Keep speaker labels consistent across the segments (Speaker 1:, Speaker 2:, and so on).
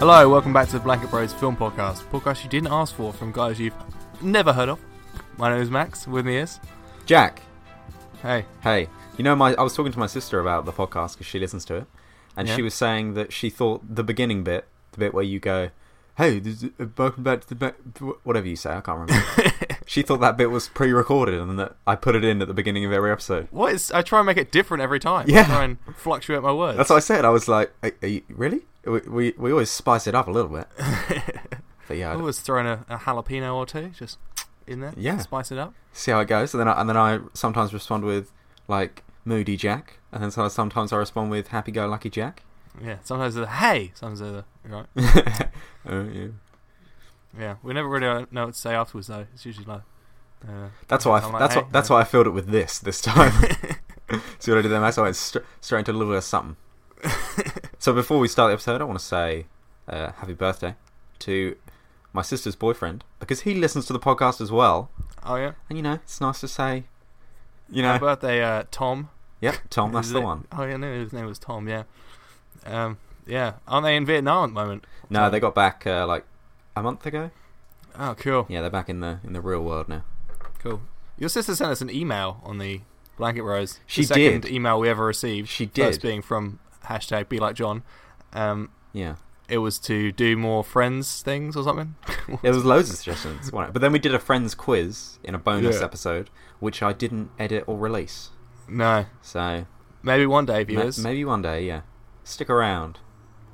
Speaker 1: Hello, welcome back to the Blanket Bros Film Podcast, a podcast you didn't ask for from guys you've never heard of. My name is Max. With me is
Speaker 2: Jack,
Speaker 1: hey.
Speaker 2: hey, you know, my I was talking to my sister about the podcast because she listens to it, and
Speaker 1: Yeah.
Speaker 2: she was saying that she thought the beginning bit, the bit where you go, "Hey, this is, uh, welcome back to the back," whatever you say, I can't remember. she thought that bit was pre-recorded and that I put it in at the beginning of every episode.
Speaker 1: What is? I try and make it different every time. I
Speaker 2: Yeah.
Speaker 1: try and fluctuate my words.
Speaker 2: That's what I said. I was like, "Are- are you- "Really? We, we we always spice it up a little bit." But yeah,
Speaker 1: I
Speaker 2: I-
Speaker 1: always throwing a, a jalapeno or two just in there.
Speaker 2: Yeah.
Speaker 1: Spice it up.
Speaker 2: see how it goes, and then I, and then I sometimes respond with like "Moody Jack," and then so- sometimes I respond with "Happy Go Lucky Jack."
Speaker 1: Yeah. Sometimes they're the hey. Sometimes they're the right.
Speaker 2: Oh, yeah.
Speaker 1: Yeah. We never really know what to say afterwards though. It's usually like. Uh,
Speaker 2: That's why.
Speaker 1: I'm
Speaker 2: I,
Speaker 1: like,
Speaker 2: that's
Speaker 1: "Hey."
Speaker 2: what. That's why I filled it with this this time. See what I did there, Max? I went str- straight into a little bit of something. so before we start the episode, I want to say uh, happy birthday to my sister's boyfriend because he listens to the podcast as well,
Speaker 1: Oh yeah.
Speaker 2: and you know it's nice to say, you
Speaker 1: Happy
Speaker 2: know,
Speaker 1: birthday, uh, Tom.
Speaker 2: yep, Tom, that's
Speaker 1: Is
Speaker 2: the
Speaker 1: it-
Speaker 2: one.
Speaker 1: Oh yeah, I knew his name was Tom. Yeah. Um. Yeah. Aren't they in Vietnam at the moment?
Speaker 2: No, they got back uh, like a month ago.
Speaker 1: Oh, cool.
Speaker 2: Yeah, they're back in the in the real world now.
Speaker 1: Cool. Your sister sent us an email on the blanket rose.
Speaker 2: She
Speaker 1: the second
Speaker 2: did.
Speaker 1: email we ever received.
Speaker 2: She
Speaker 1: First
Speaker 2: did.
Speaker 1: being from hashtag be like John. Um,
Speaker 2: Yeah,
Speaker 1: it was to do more friends things or something.
Speaker 2: there was loads of suggestions, wasn't it? but then we did a friends quiz in a bonus
Speaker 1: Yeah.
Speaker 2: episode, which I didn't edit or release.
Speaker 1: no,
Speaker 2: So
Speaker 1: maybe one day,
Speaker 2: Ma-
Speaker 1: viewers.
Speaker 2: maybe one day, yeah. Stick around.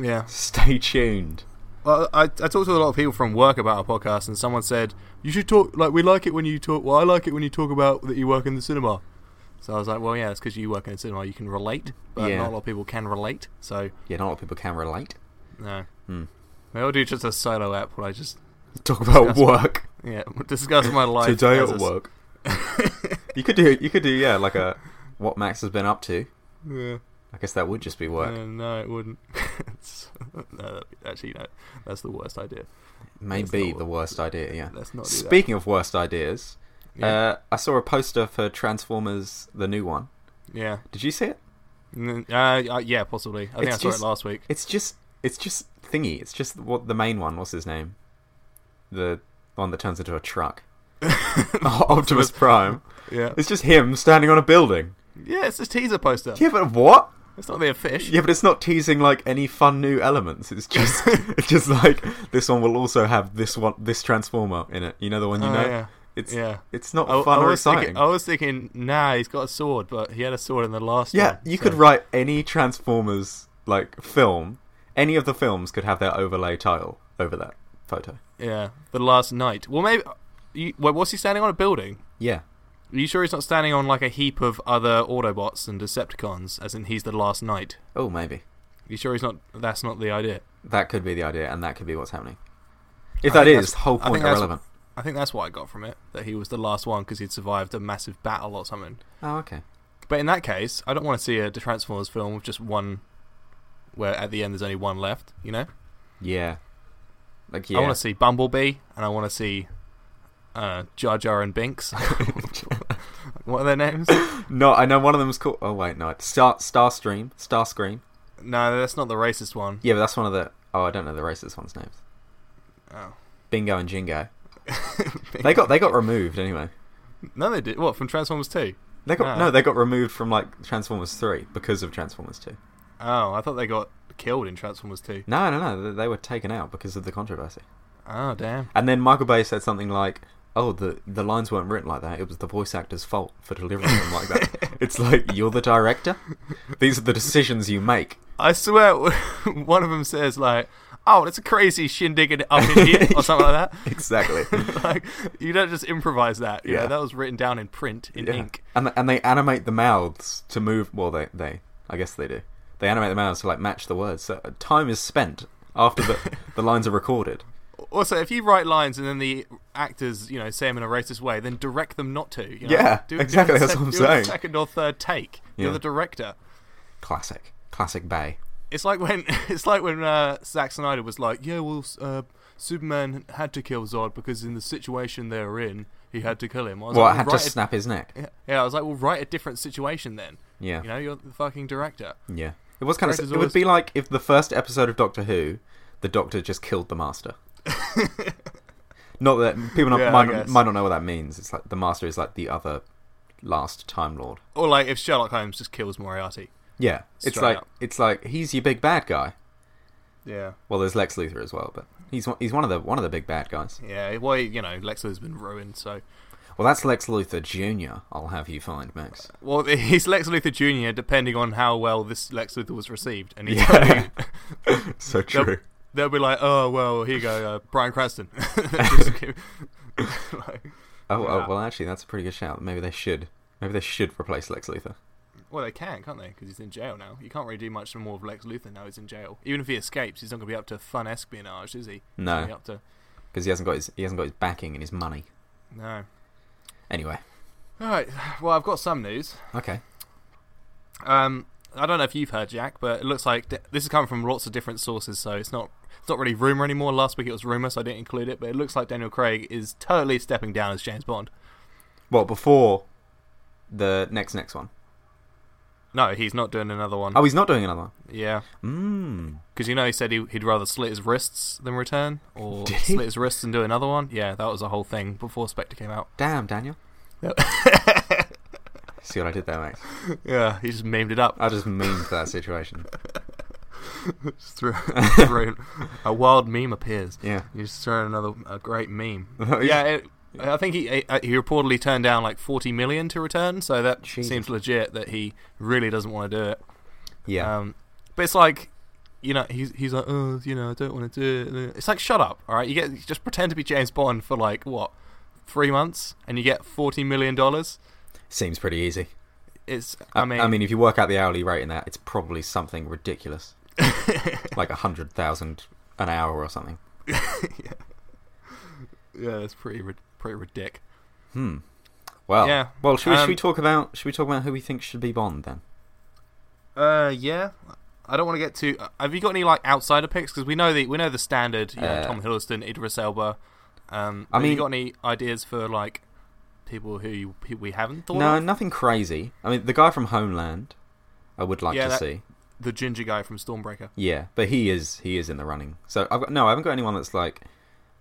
Speaker 1: yeah.
Speaker 2: Stay tuned.
Speaker 1: Well, I I talked to a lot of people from work about our podcast, and someone said you should talk like we like it when you talk. Well, I like it when you talk about that you work in the cinema. So I was like, well, yeah, it's because you work in the cinema. You can relate, but
Speaker 2: Yeah.
Speaker 1: not a lot of people can relate. So
Speaker 2: Yeah, not a lot of people can relate.
Speaker 1: no,
Speaker 2: Hmm.
Speaker 1: maybe I'll do just a solo app where I just
Speaker 2: Talk about
Speaker 1: Discuss-
Speaker 2: work
Speaker 1: Yeah, we'll discuss my life.
Speaker 2: today
Speaker 1: as
Speaker 2: at
Speaker 1: a-
Speaker 2: work. you could do. You could do. Yeah, like a what Max has been up to.
Speaker 1: Yeah,
Speaker 2: I guess that would just be work.
Speaker 1: yeah, no, it wouldn't. It's- no, that'd be- actually, no, that's the worst idea. that's
Speaker 2: Maybe
Speaker 1: not
Speaker 2: the worst idea. Yeah.
Speaker 1: Let's not do
Speaker 2: Speaking of worst ideas,
Speaker 1: that. Yeah,
Speaker 2: uh, I saw a poster for Transformers: The New One.
Speaker 1: yeah,
Speaker 2: Did you see it?
Speaker 1: Mm, uh, uh, yeah, possibly. I think
Speaker 2: It's
Speaker 1: I saw
Speaker 2: just-
Speaker 1: it last week.
Speaker 2: It's just. It's just thingy. It's just what the main one. What's his name? The one that turns into a truck. Optimus Prime.
Speaker 1: Yeah,
Speaker 2: It's just him standing on a building.
Speaker 1: yeah, it's a teaser poster.
Speaker 2: Yeah, but what?
Speaker 1: It's not the fish.
Speaker 2: Yeah, but it's not teasing like any fun new elements. It's just, it's just like this one will also have this one, this transformer in it. You know the one you
Speaker 1: Oh,
Speaker 2: know.
Speaker 1: yeah.
Speaker 2: It's
Speaker 1: yeah.
Speaker 2: it's not
Speaker 1: I,
Speaker 2: fun
Speaker 1: I
Speaker 2: or
Speaker 1: was
Speaker 2: exciting.
Speaker 1: thinking, oh, I was thinking, nah, he's got a sword, but he had a sword in the last.
Speaker 2: yeah,
Speaker 1: one,
Speaker 2: you
Speaker 1: so-
Speaker 2: could write any Transformers like film. Any of the films could have their overlay title over that photo.
Speaker 1: Yeah, the last night. Well, maybe. You, wait, what's he standing on a building?
Speaker 2: Yeah,
Speaker 1: Are you sure he's not standing on like a heap of other Autobots and Decepticons, as in he's the last knight?
Speaker 2: oh maybe
Speaker 1: You sure he's not? That's not the idea.
Speaker 2: that could be the idea, and that could be what's happening. If
Speaker 1: I
Speaker 2: that
Speaker 1: think
Speaker 2: is
Speaker 1: that's-
Speaker 2: whole
Speaker 1: I think
Speaker 2: point
Speaker 1: that's-
Speaker 2: irrelevant.
Speaker 1: I think that's what I got from it that he was the last one because he'd survived a massive battle or something.
Speaker 2: Oh okay.
Speaker 1: But in that case, I don't want to see a Transformers film with just one, where at the end there's only one left. You know,
Speaker 2: Yeah. Like yeah.
Speaker 1: I want to see Bumblebee and I want to see uh, Jar Jar and Binks. what are their names?
Speaker 2: No, I know one of them is called. Oh wait, no, it's Star Starstream, Starscream.
Speaker 1: no, that's not the racist one.
Speaker 2: Yeah, but that's one of the. Oh, I don't know the racist one's names.
Speaker 1: Oh.
Speaker 2: Bingo and Jingo. They got they got removed anyway.
Speaker 1: no, they did. What from Transformers Two?
Speaker 2: They got
Speaker 1: No.
Speaker 2: no, they got removed from like Transformers three because of Transformers two.
Speaker 1: Oh, I thought they got killed in Transformers Two.
Speaker 2: No, no, no, they- they were taken out because of the controversy.
Speaker 1: Oh damn.
Speaker 2: And then Michael Bay said something like, "Oh, the the lines weren't written like that. It was the voice actor's fault for delivering them like that." It's like you're the director. These are the decisions you make.
Speaker 1: I swear, one of them says like, "Oh, that's a crazy shindig in- up in here" or something like
Speaker 2: Exactly.
Speaker 1: that. like you don't just improvise that. Yeah,
Speaker 2: Yeah.
Speaker 1: that was written down in print in
Speaker 2: Yeah.
Speaker 1: ink.
Speaker 2: And and they animate the mouths to move. Well, they they I guess they do. They animate the mouths to like match the words. So uh, time is spent after the the lines are recorded.
Speaker 1: Also, if you write lines and then the actors, you know, say them in a racist way, then direct them not to. You know?
Speaker 2: Yeah,
Speaker 1: Do it- do it
Speaker 2: exactly,
Speaker 1: in the
Speaker 2: that's what I'm
Speaker 1: do it in the
Speaker 2: saying.
Speaker 1: Second or third take. You're
Speaker 2: Yeah.
Speaker 1: the director.
Speaker 2: Classic, classic Bay.
Speaker 1: It's like when it's like when uh, Zack Snyder was like, "Yeah, well, uh, Superman had to kill Zod because in the situation they were in, he had to kill him." I was
Speaker 2: Well,
Speaker 1: like,
Speaker 2: I had
Speaker 1: "Well,
Speaker 2: to
Speaker 1: write a-
Speaker 2: snap his neck.
Speaker 1: Yeah, yeah, I was like, well, write a different situation then.
Speaker 2: Yeah,
Speaker 1: You know, you're the fucking director.
Speaker 2: yeah. It was kind of.
Speaker 1: Directors
Speaker 2: It would be like if the first episode of Doctor Who, the Doctor just killed the Master. not that people not,
Speaker 1: Yeah, I
Speaker 2: might, not-
Speaker 1: guess.
Speaker 2: might not know what that means. It's like the Master is like the other last Time Lord.
Speaker 1: Or like if Sherlock Holmes just kills Moriarty.
Speaker 2: Yeah, it's
Speaker 1: Straight
Speaker 2: like
Speaker 1: up.
Speaker 2: it's like he's your big bad guy.
Speaker 1: Yeah,
Speaker 2: Well, there's Lex Luthor as well, but he's one, he's one of the one of the big bad guys.
Speaker 1: yeah. Well, you know, Lexer's been ruined, so
Speaker 2: Well, that's Lex Luthor Junior. I'll have you find Max.
Speaker 1: well, he's Lex Luthor Junior, depending on how well this Lex Luthor was received, and he's
Speaker 2: Yeah. so true.
Speaker 1: Nope. they'll be like, oh well, here you go, uh, Brian Cranston. Just give- like,
Speaker 2: Oh,
Speaker 1: Yeah.
Speaker 2: oh, well, actually, that's a pretty good shout. Maybe they should. Maybe they should replace Lex Luthor.
Speaker 1: well, they can, can't they? Because he's in jail now. You can't really do much more of Lex Luthor now. He's in jail. Even if he escapes, he's not going to be up to fun espionage, is he? He's
Speaker 2: No.
Speaker 1: gonna be up to
Speaker 2: because he hasn't got his he hasn't got his backing and his money.
Speaker 1: no.
Speaker 2: Anyway,
Speaker 1: All right. Well, I've got some news.
Speaker 2: okay,
Speaker 1: Um, I don't know if you've heard Jack, but it looks like th- this is coming from lots of different sources, so it's not it's not really rumor anymore. Last week it was rumor, so I didn't include it. But it looks like Daniel Craig is totally stepping down as James Bond.
Speaker 2: well before the next next one.
Speaker 1: No, he's not doing another one.
Speaker 2: Oh, he's not doing another Mm,
Speaker 1: Yeah,
Speaker 2: one.
Speaker 1: because you know he said he, he'd rather slit his wrists than return, or
Speaker 2: Did he?
Speaker 1: slit his wrists and do another one. Yeah, that was a whole thing before Spectre came out.
Speaker 2: Mm, damn, Daniel.
Speaker 1: Yep.
Speaker 2: See what I did there, Max?
Speaker 1: yeah, he just memed it up.
Speaker 2: I just memed that situation.
Speaker 1: Just threw, threw a wild meme appears.
Speaker 2: Yeah,
Speaker 1: You just throw another a great meme.
Speaker 2: Oh,
Speaker 1: yeah, it, I think he uh, he reportedly turned down like forty million to return, so that
Speaker 2: Jesus.
Speaker 1: seems legit that he really doesn't want to do it.
Speaker 2: yeah.
Speaker 1: Um, but it's like, you know, he's he's like, oh, you know, I don't want to do it. It's like, shut up, all right? You get just pretend to be James Bond for like what three months, and you get forty million dollars.
Speaker 2: Seems pretty easy.
Speaker 1: It's
Speaker 2: I,
Speaker 1: I mean,
Speaker 2: I mean, if you work out the hourly rate in that, it's probably something ridiculous, like a hundred thousand an hour or something.
Speaker 1: yeah, it's pretty rid- pretty ridiculous.
Speaker 2: Hmm. Well,
Speaker 1: Yeah,
Speaker 2: Well, should we, should
Speaker 1: um,
Speaker 2: we talk about should we talk about who we think should be Bond then?
Speaker 1: Uh, yeah. I don't want to get too. uh, Have you got any like outsider picks? Because we know the we know the standard. You know,
Speaker 2: Uh,
Speaker 1: Tom Hiddleston, Idris Elba. Um,
Speaker 2: I
Speaker 1: I mean,
Speaker 2: mean-
Speaker 1: you got any ideas for like people who, you, who we haven't thought
Speaker 2: No,
Speaker 1: of?
Speaker 2: nothing crazy. I mean, the guy from Homeland, I would like
Speaker 1: Yeah,
Speaker 2: to
Speaker 1: that-
Speaker 2: see.
Speaker 1: The ginger guy from Stormbreaker.
Speaker 2: Yeah, but he is he is in the running. So I've got no, I haven't got anyone that's like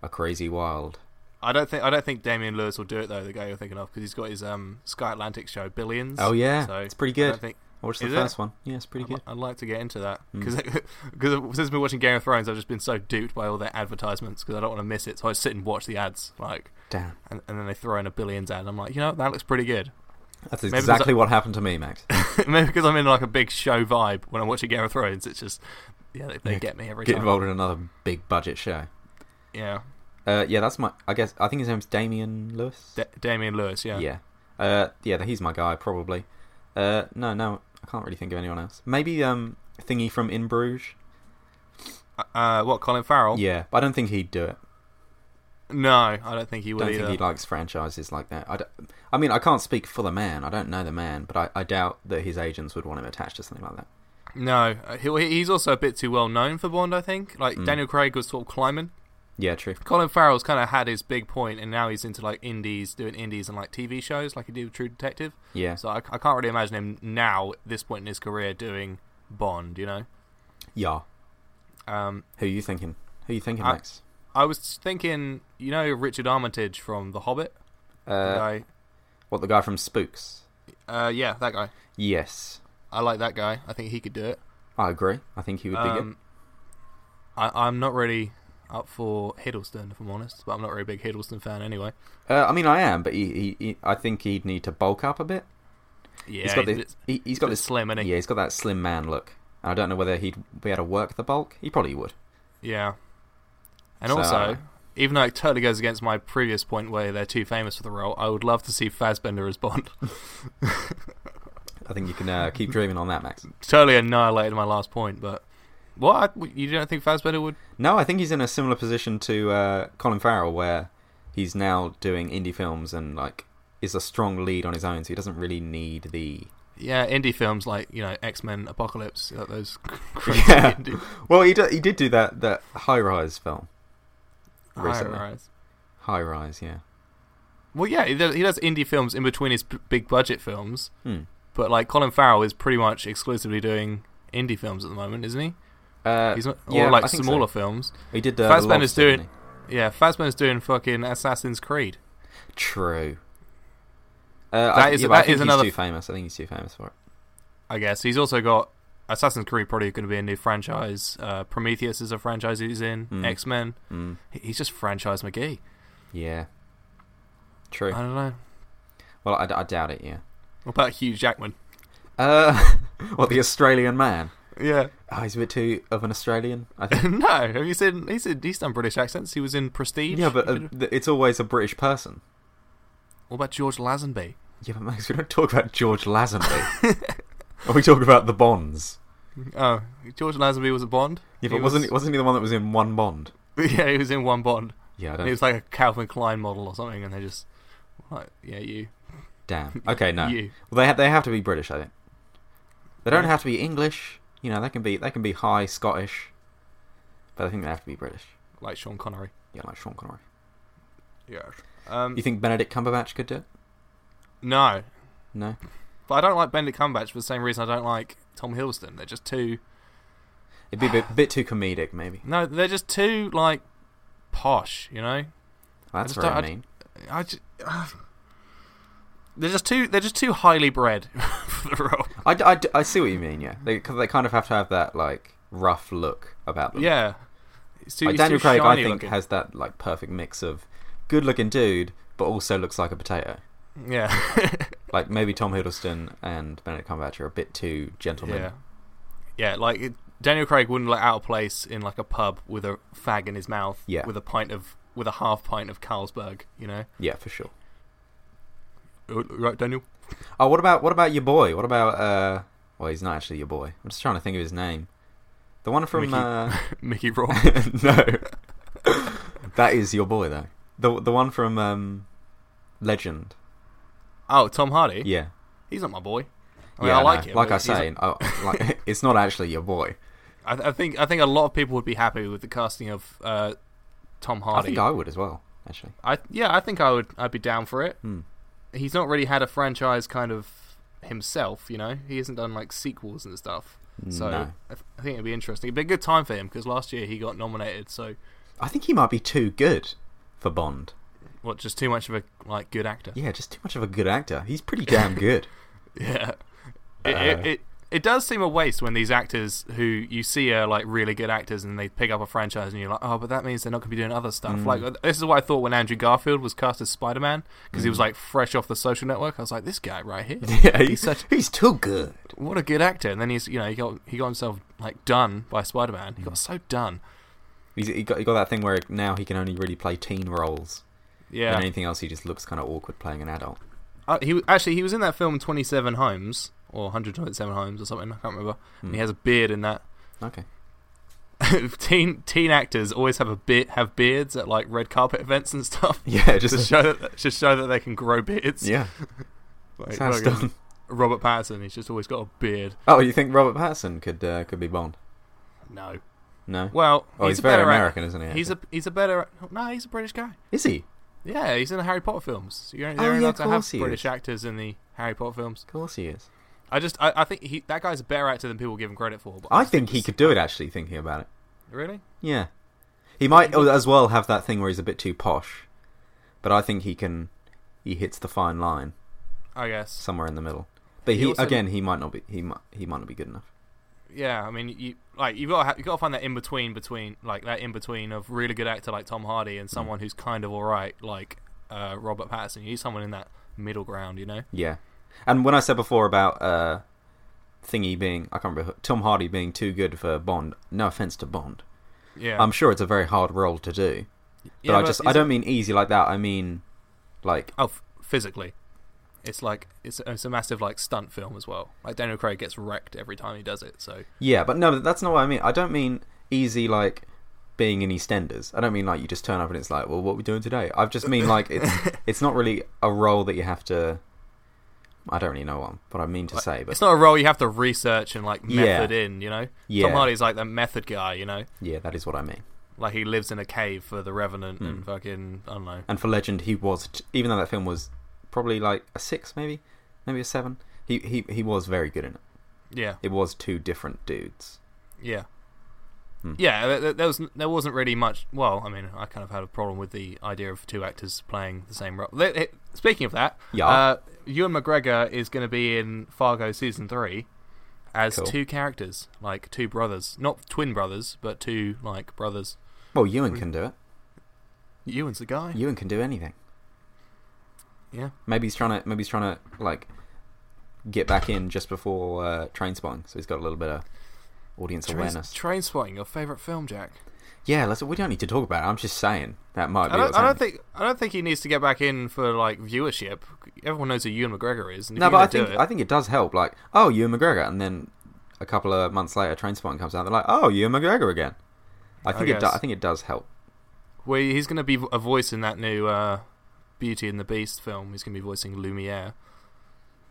Speaker 2: a crazy wild.
Speaker 1: I don't think I don't think Damian Lewis will do it though. The guy you're thinking of because he's got his um Sky Atlantic show Billions.
Speaker 2: Oh yeah,
Speaker 1: so
Speaker 2: it's pretty
Speaker 1: I
Speaker 2: good.
Speaker 1: don't think
Speaker 2: I watched the
Speaker 1: Is it?
Speaker 2: first one. Yeah, it's pretty
Speaker 1: I'd, li-
Speaker 2: good.
Speaker 1: I'd like to get into that
Speaker 2: Mm.
Speaker 1: because since I've been watching Game of Thrones, I've just been so duped by all their advertisements because I don't want to miss it. So I sit and watch the ads like.
Speaker 2: Damn,
Speaker 1: and, and then they throw in a billions ad. And I'm like, you know, that looks pretty good.
Speaker 2: that's
Speaker 1: Maybe 'cause
Speaker 2: exactly what happened to me, Max.
Speaker 1: Maybe because I'm in like a big show vibe when I'm watching Game of Thrones. It's just, yeah, they, they
Speaker 2: Yeah,
Speaker 1: get me every
Speaker 2: Get
Speaker 1: time.
Speaker 2: involved in another big budget show.
Speaker 1: Yeah,
Speaker 2: Uh, yeah, that's my. I guess I think his name's Damien Lewis.
Speaker 1: D- Damian Lewis. Yeah.
Speaker 2: yeah, uh, yeah, he's my guy probably. Uh, no, no, I can't really think of anyone else. Maybe um, Thingy from In Bruges.
Speaker 1: Uh, what Colin Farrell?
Speaker 2: Yeah, but I don't think he'd do it.
Speaker 1: No, I don't think he
Speaker 2: I
Speaker 1: will
Speaker 2: don't
Speaker 1: either.
Speaker 2: think he likes franchises like that. I, don't- I mean, I can't speak for the man. I don't know the man, but I, I doubt that his agents would want him attached to something like that.
Speaker 1: No, uh, he, he's also a bit too well known for Bond. I think like
Speaker 2: Mm.
Speaker 1: Daniel Craig was sort of climbing.
Speaker 2: Yeah, true.
Speaker 1: Colin Farrell's kind of had his big point, and now he's into like indies, doing indies and like TV shows, like he did with True Detective.
Speaker 2: Yeah,
Speaker 1: So I, I can't really imagine him now, at this point in his career, doing Bond. You know.
Speaker 2: yeah.
Speaker 1: Um,
Speaker 2: Who are you thinking? Who are you thinking,
Speaker 1: I-
Speaker 2: Max?
Speaker 1: I was thinking, you know, Richard Armitage from The Hobbit. The
Speaker 2: Uh,
Speaker 1: guy.
Speaker 2: what the guy from Spooks?
Speaker 1: Uh, yeah, that guy.
Speaker 2: Yes,
Speaker 1: I like that guy. I think he could do it.
Speaker 2: I agree. I think he would be good.
Speaker 1: Um, I, I'm not really up for Hiddleston, if I'm honest, but I'm not really a big Hiddleston fan anyway.
Speaker 2: Uh, I mean, I am, but he, he, he, I think he'd need to bulk up a bit.
Speaker 1: Yeah,
Speaker 2: he's got
Speaker 1: he's a
Speaker 2: this.
Speaker 1: bit-
Speaker 2: He, he's got
Speaker 1: bit
Speaker 2: this
Speaker 1: slim, isn't he?
Speaker 2: Yeah, he's got that slim man look. And I don't know whether he'd be able to work the bulk. He probably would.
Speaker 1: yeah. And
Speaker 2: So-
Speaker 1: also, even though it totally goes against my previous point where they're too famous for the role, I would love to see Fassbender as Bond.
Speaker 2: I think you can uh, keep dreaming on that, Max.
Speaker 1: totally annihilated my last point, but what I, you don't think Fassbender would?
Speaker 2: No, I think he's in a similar position to uh, Colin Farrell, where he's now doing indie films and like is a strong lead on his own, so he doesn't really need the.
Speaker 1: Yeah, indie films like you know X Men Apocalypse, uh, those crazy
Speaker 2: Yeah.
Speaker 1: indie
Speaker 2: Well, he do- he did do that that high rise film recently.
Speaker 1: High rise.
Speaker 2: High rise, yeah.
Speaker 1: Well, yeah, he does, he does indie films in between his b- big budget films,
Speaker 2: Hmm.
Speaker 1: but like Colin Farrell is pretty much exclusively doing indie films at the moment, isn't he?
Speaker 2: Uh,
Speaker 1: He's or
Speaker 2: yeah, I
Speaker 1: like
Speaker 2: think
Speaker 1: smaller
Speaker 2: So.
Speaker 1: films.
Speaker 2: He did. Uh, The
Speaker 1: Fassbender's
Speaker 2: Lobster,
Speaker 1: doing-
Speaker 2: didn't
Speaker 1: Yeah, Fassbender's doing fucking Assassin's Creed.
Speaker 2: he? True. Uh,
Speaker 1: That
Speaker 2: I,
Speaker 1: is-
Speaker 2: yeah, but I
Speaker 1: that
Speaker 2: think
Speaker 1: is
Speaker 2: he's
Speaker 1: another-
Speaker 2: too famous. I think he's too famous for it.
Speaker 1: I guess he's also got Assassin's Creed probably going to be a new franchise. Uh, Prometheus is a franchise he's in.
Speaker 2: Mm.
Speaker 1: X Men.
Speaker 2: Mm,
Speaker 1: He's just franchise McGee.
Speaker 2: yeah. True.
Speaker 1: I don't know.
Speaker 2: well, I, I doubt it. Yeah.
Speaker 1: What about Hugh Jackman?
Speaker 2: Uh, what the Australian man?
Speaker 1: Yeah.
Speaker 2: Oh, he's a bit too of an Australian. I think.
Speaker 1: no. Have you seen? He's in, he's done British accents. He was in Prestige.
Speaker 2: yeah, but
Speaker 1: He
Speaker 2: uh,
Speaker 1: did-
Speaker 2: th- it's always a British person.
Speaker 1: what about George Lazenby?
Speaker 2: Yeah, but Max, we don't talk about George Lazenby. Or we talk about the Bonds.
Speaker 1: Oh, George Lazenby was a Bond.
Speaker 2: Yeah,
Speaker 1: He
Speaker 2: but wasn't
Speaker 1: was-
Speaker 2: he, wasn't he the one that was in one Bond?
Speaker 1: yeah, he was in one Bond.
Speaker 2: Yeah, I
Speaker 1: It
Speaker 2: don't.
Speaker 1: was like a Calvin Klein model or something, and they just like, yeah, you,
Speaker 2: Damn. Okay, no.
Speaker 1: you.
Speaker 2: Well, they ha- they have to be British, I think. They don't
Speaker 1: Yeah.
Speaker 2: have to be English. You know, they can be they can be high Scottish, but I think they have to be British.
Speaker 1: like Sean Connery.
Speaker 2: Yeah, like Sean Connery.
Speaker 1: Yeah. Um,
Speaker 2: You think Benedict Cumberbatch could do it?
Speaker 1: no,
Speaker 2: No.
Speaker 1: but I don't like Benedict Cumberbatch for the same reason I don't like Tom Hiddleston. They're just too
Speaker 2: It'd be a bit, bit too comedic, maybe.
Speaker 1: no, they're just too like posh. You know,
Speaker 2: That's
Speaker 1: just
Speaker 2: very
Speaker 1: don't- I-
Speaker 2: mean.
Speaker 1: I just. they're just too. They're just too highly bred for the role.
Speaker 2: I, d- I d- I see what you mean. Yeah, they 'cause they kind of have to have that like rough look about them.
Speaker 1: Yeah, it's too.
Speaker 2: Um, Like,
Speaker 1: it's
Speaker 2: Daniel
Speaker 1: too
Speaker 2: Craig, I
Speaker 1: shiny
Speaker 2: think,
Speaker 1: looking.
Speaker 2: has that like perfect mix of good-looking dude, but also looks like a potato.
Speaker 1: Yeah.
Speaker 2: Like maybe Tom Hiddleston and Benedict Cumberbatch are a bit too gentleman.
Speaker 1: Yeah, yeah. Like it, Daniel Craig wouldn't let out of place in like a pub with a fag in his mouth,
Speaker 2: Yeah.
Speaker 1: with a pint of with a half pint of Carlsberg. You know,
Speaker 2: yeah, for sure.
Speaker 1: Uh, right, Daniel?
Speaker 2: Oh, what about what about your boy? What about uh? Well, he's not actually your boy. I'm just trying to think of his name. The one from
Speaker 1: Mickey.
Speaker 2: uh,
Speaker 1: Mickey Rourke.
Speaker 2: no, that is your boy though. The the one from um, Legend.
Speaker 1: oh, Tom Hardy.
Speaker 2: Yeah,
Speaker 1: He's not my boy. I mean,
Speaker 2: yeah.
Speaker 1: I like
Speaker 2: know.
Speaker 1: him.
Speaker 2: Like
Speaker 1: but
Speaker 2: I
Speaker 1: he's
Speaker 2: say, I- like it's not actually your boy.
Speaker 1: I, I think I think a lot of people would be happy with the casting of uh, Tom
Speaker 2: I
Speaker 1: Hardy.
Speaker 2: think I would as well. Actually,
Speaker 1: I yeah, I think I would. I'd be down for it.
Speaker 2: Hmm.
Speaker 1: He's not really had a franchise kind of himself, you know. He hasn't done like sequels and stuff. So
Speaker 2: Mm, No.
Speaker 1: I, th- I think it'd be interesting. It'd be a good time for him because last year he got nominated. So
Speaker 2: I think he might be too good for Bond.
Speaker 1: what? Just too much of a like good actor.
Speaker 2: Yeah, just too much of a good actor. He's pretty damn good.
Speaker 1: Yeah. It,
Speaker 2: Uh,
Speaker 1: it, it it does seem a waste when these actors who you see are like really good actors and they pick up a franchise and you're like, oh, but that means they're not going to be doing other stuff.
Speaker 2: Mm.
Speaker 1: Like uh, this is what I thought when Andrew Garfield was cast as Spider Man because he was like fresh off the Social Network. I was like, this guy right here,
Speaker 2: Mm. yeah,
Speaker 1: he's such
Speaker 2: he's too good.
Speaker 1: what a good actor. And then he's you know he got he got himself like done by Spider Man. He
Speaker 2: Mm.
Speaker 1: got so done.
Speaker 2: He's, he got he got that thing where now he can only really play teen roles.
Speaker 1: Yeah.
Speaker 2: And anything else, he just looks kind of awkward playing an adult.
Speaker 1: Uh, he w- actually he was in that film Twenty Seven Homes or One Hundred Twenty Seven Homes or something. I can't remember. And he has a beard in that.
Speaker 2: Hmm. Okay.
Speaker 1: teen teen actors always have a bit have beards at like red carpet events and stuff.
Speaker 2: Yeah,
Speaker 1: Just to
Speaker 2: just
Speaker 1: show that just show that they can grow beards.
Speaker 2: yeah.
Speaker 1: Like,
Speaker 2: Sounds
Speaker 1: fucking
Speaker 2: done.
Speaker 1: Robert Pattinson, he's just always got a beard.
Speaker 2: Oh, you think Robert Pattinson could uh, could be Bond?
Speaker 1: No.
Speaker 2: No.
Speaker 1: Well,
Speaker 2: oh, he's,
Speaker 1: a
Speaker 2: very
Speaker 1: better ac-
Speaker 2: American, isn't he?
Speaker 1: He's a he's a better no, he's a British guy.
Speaker 2: is he?
Speaker 1: Yeah, he's in the Harry Potter films. You're,
Speaker 2: Oh,
Speaker 1: they're
Speaker 2: yeah,
Speaker 1: allowed
Speaker 2: of
Speaker 1: to have
Speaker 2: course he
Speaker 1: British
Speaker 2: is.
Speaker 1: actors in the Harry Potter films.
Speaker 2: Of course he is.
Speaker 1: I just I, I think he that guy's a better actor than people give him credit for. But
Speaker 2: I think he
Speaker 1: it's-
Speaker 2: could do it. Actually, thinking about it,
Speaker 1: really.
Speaker 2: yeah, he might as well have that thing where he's a bit too posh, but I think he can. He hits the fine line
Speaker 1: I guess.
Speaker 2: somewhere in the middle. But
Speaker 1: He
Speaker 2: he,
Speaker 1: also-
Speaker 2: again, he might not be. He might. He might not be good enough.
Speaker 1: Yeah, I mean, you like you got ha- you got to find that in between between like that in between of really good actor like Tom Hardy
Speaker 2: Mm.
Speaker 1: and someone who's kind of all right like uh, Robert Pattinson. You need someone in that middle ground, you know?
Speaker 2: Yeah. And when I said before about uh, Thingy being, I can't remember, who- Tom Hardy being too good for Bond. No offense to Bond.
Speaker 1: Yeah,
Speaker 2: I'm sure it's a very hard role to do. Um, But
Speaker 1: Yeah,
Speaker 2: I just, I
Speaker 1: is
Speaker 2: don't
Speaker 1: it-
Speaker 2: mean easy like that. I mean, like,
Speaker 1: oh, f- physically, it's like it's it's a massive like stunt film as well. Like Daniel Craig gets wrecked every time he does it. So
Speaker 2: yeah. But no, that's not what I mean. I don't mean easy like being in EastEnders. I don't mean like you just turn up and it's like, well, what we doing today? I just mean like it's, it's not really a role that you have to. I don't really know what, I'm- what I mean to say, but
Speaker 1: it's not a role you have to research and like
Speaker 2: Yeah.
Speaker 1: method in, you know?
Speaker 2: Yeah.
Speaker 1: Tom Hardy's like the method guy, you know?
Speaker 2: yeah, that is what I mean.
Speaker 1: Like he lives in a cave for the Revenant and
Speaker 2: Mm.
Speaker 1: fucking I don't know.
Speaker 2: and for Legend, he was t- even though that film was probably like a six, maybe, maybe a seven. He he he was very good in it.
Speaker 1: Yeah,
Speaker 2: It was two different dudes.
Speaker 1: yeah.
Speaker 2: Hmm.
Speaker 1: Yeah, there- there, there was there wasn't really much. Well, I mean, I kind of had a problem with the idea of two actors playing the same role. They- they- Speaking of that,
Speaker 2: Yeah.
Speaker 1: uh, Ewan McGregor is going to be in Fargo season three as
Speaker 2: Cool.
Speaker 1: two characters, like two brothers, not twin brothers, but two like brothers.
Speaker 2: Well, Ewan can do it.
Speaker 1: Ewan's the guy.
Speaker 2: Ewan can do anything.
Speaker 1: yeah.
Speaker 2: Maybe he's trying to. Maybe he's trying to like get back in just before uh, train spotting, so he's got a little bit of audience awareness.
Speaker 1: Train spotting, your favorite film, Jack.
Speaker 2: yeah, let's, we don't need to talk about it. I'm just saying that might be.
Speaker 1: I don't,
Speaker 2: what's
Speaker 1: I don't
Speaker 2: happening.
Speaker 1: think I don't think he needs to get back in for like viewership. Everyone knows who Ewan McGregor is. And if
Speaker 2: No,
Speaker 1: you're
Speaker 2: but I
Speaker 1: gonna
Speaker 2: think
Speaker 1: do
Speaker 2: I think it does help. Like, oh, Ewan McGregor, and then a couple of months later, train spotting comes out. They're like, oh, Ewan McGregor again. I think it. Do,
Speaker 1: guess.
Speaker 2: I think it does help.
Speaker 1: Well, he's going to be a voice in that new uh, Beauty and the Beast film. He's going to be voicing Lumiere.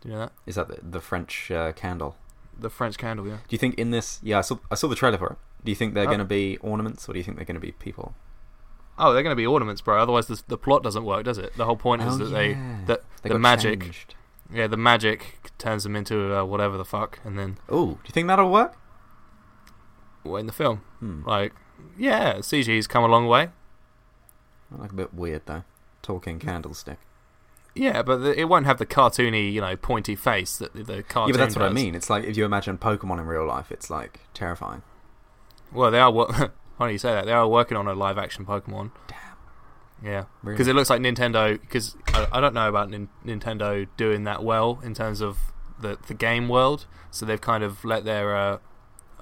Speaker 1: Do you know that?
Speaker 2: Is that the, the French uh, candle?
Speaker 1: The French candle, yeah.
Speaker 2: Do you think in this? Yeah, I saw, I saw the trailer for it. Do you think they're
Speaker 1: Oh.
Speaker 2: going to be ornaments, or do you think they're going to be people?
Speaker 1: Oh, they're going to be ornaments, bro. Otherwise, the, the plot doesn't work, does it? The whole point
Speaker 2: Oh,
Speaker 1: is that
Speaker 2: yeah.
Speaker 1: they that
Speaker 2: They
Speaker 1: the
Speaker 2: got
Speaker 1: magic,
Speaker 2: changed.
Speaker 1: yeah, the magic turns them into uh, whatever the fuck, and then
Speaker 2: Oh, do you think that'll work?
Speaker 1: well, in the film,
Speaker 2: Hmm.
Speaker 1: like, yeah, CG's come a long way.
Speaker 2: I like a bit weird though. Talking candlestick.
Speaker 1: Yeah, but the, it won't have the cartoony, you know, pointy face that the, the cartoon.
Speaker 2: yeah, but that's what I
Speaker 1: does.
Speaker 2: mean. It's like if you imagine Pokemon in real life, it's like terrifying.
Speaker 1: Well, they are. Wor- Funny you say that. They are working on a live-action Pokemon. Damn. Yeah.
Speaker 2: Really?
Speaker 1: because it looks like Nintendo. Because I, I don't know about nin- Nintendo doing that well in terms of the the game world. So they've kind of let their uh,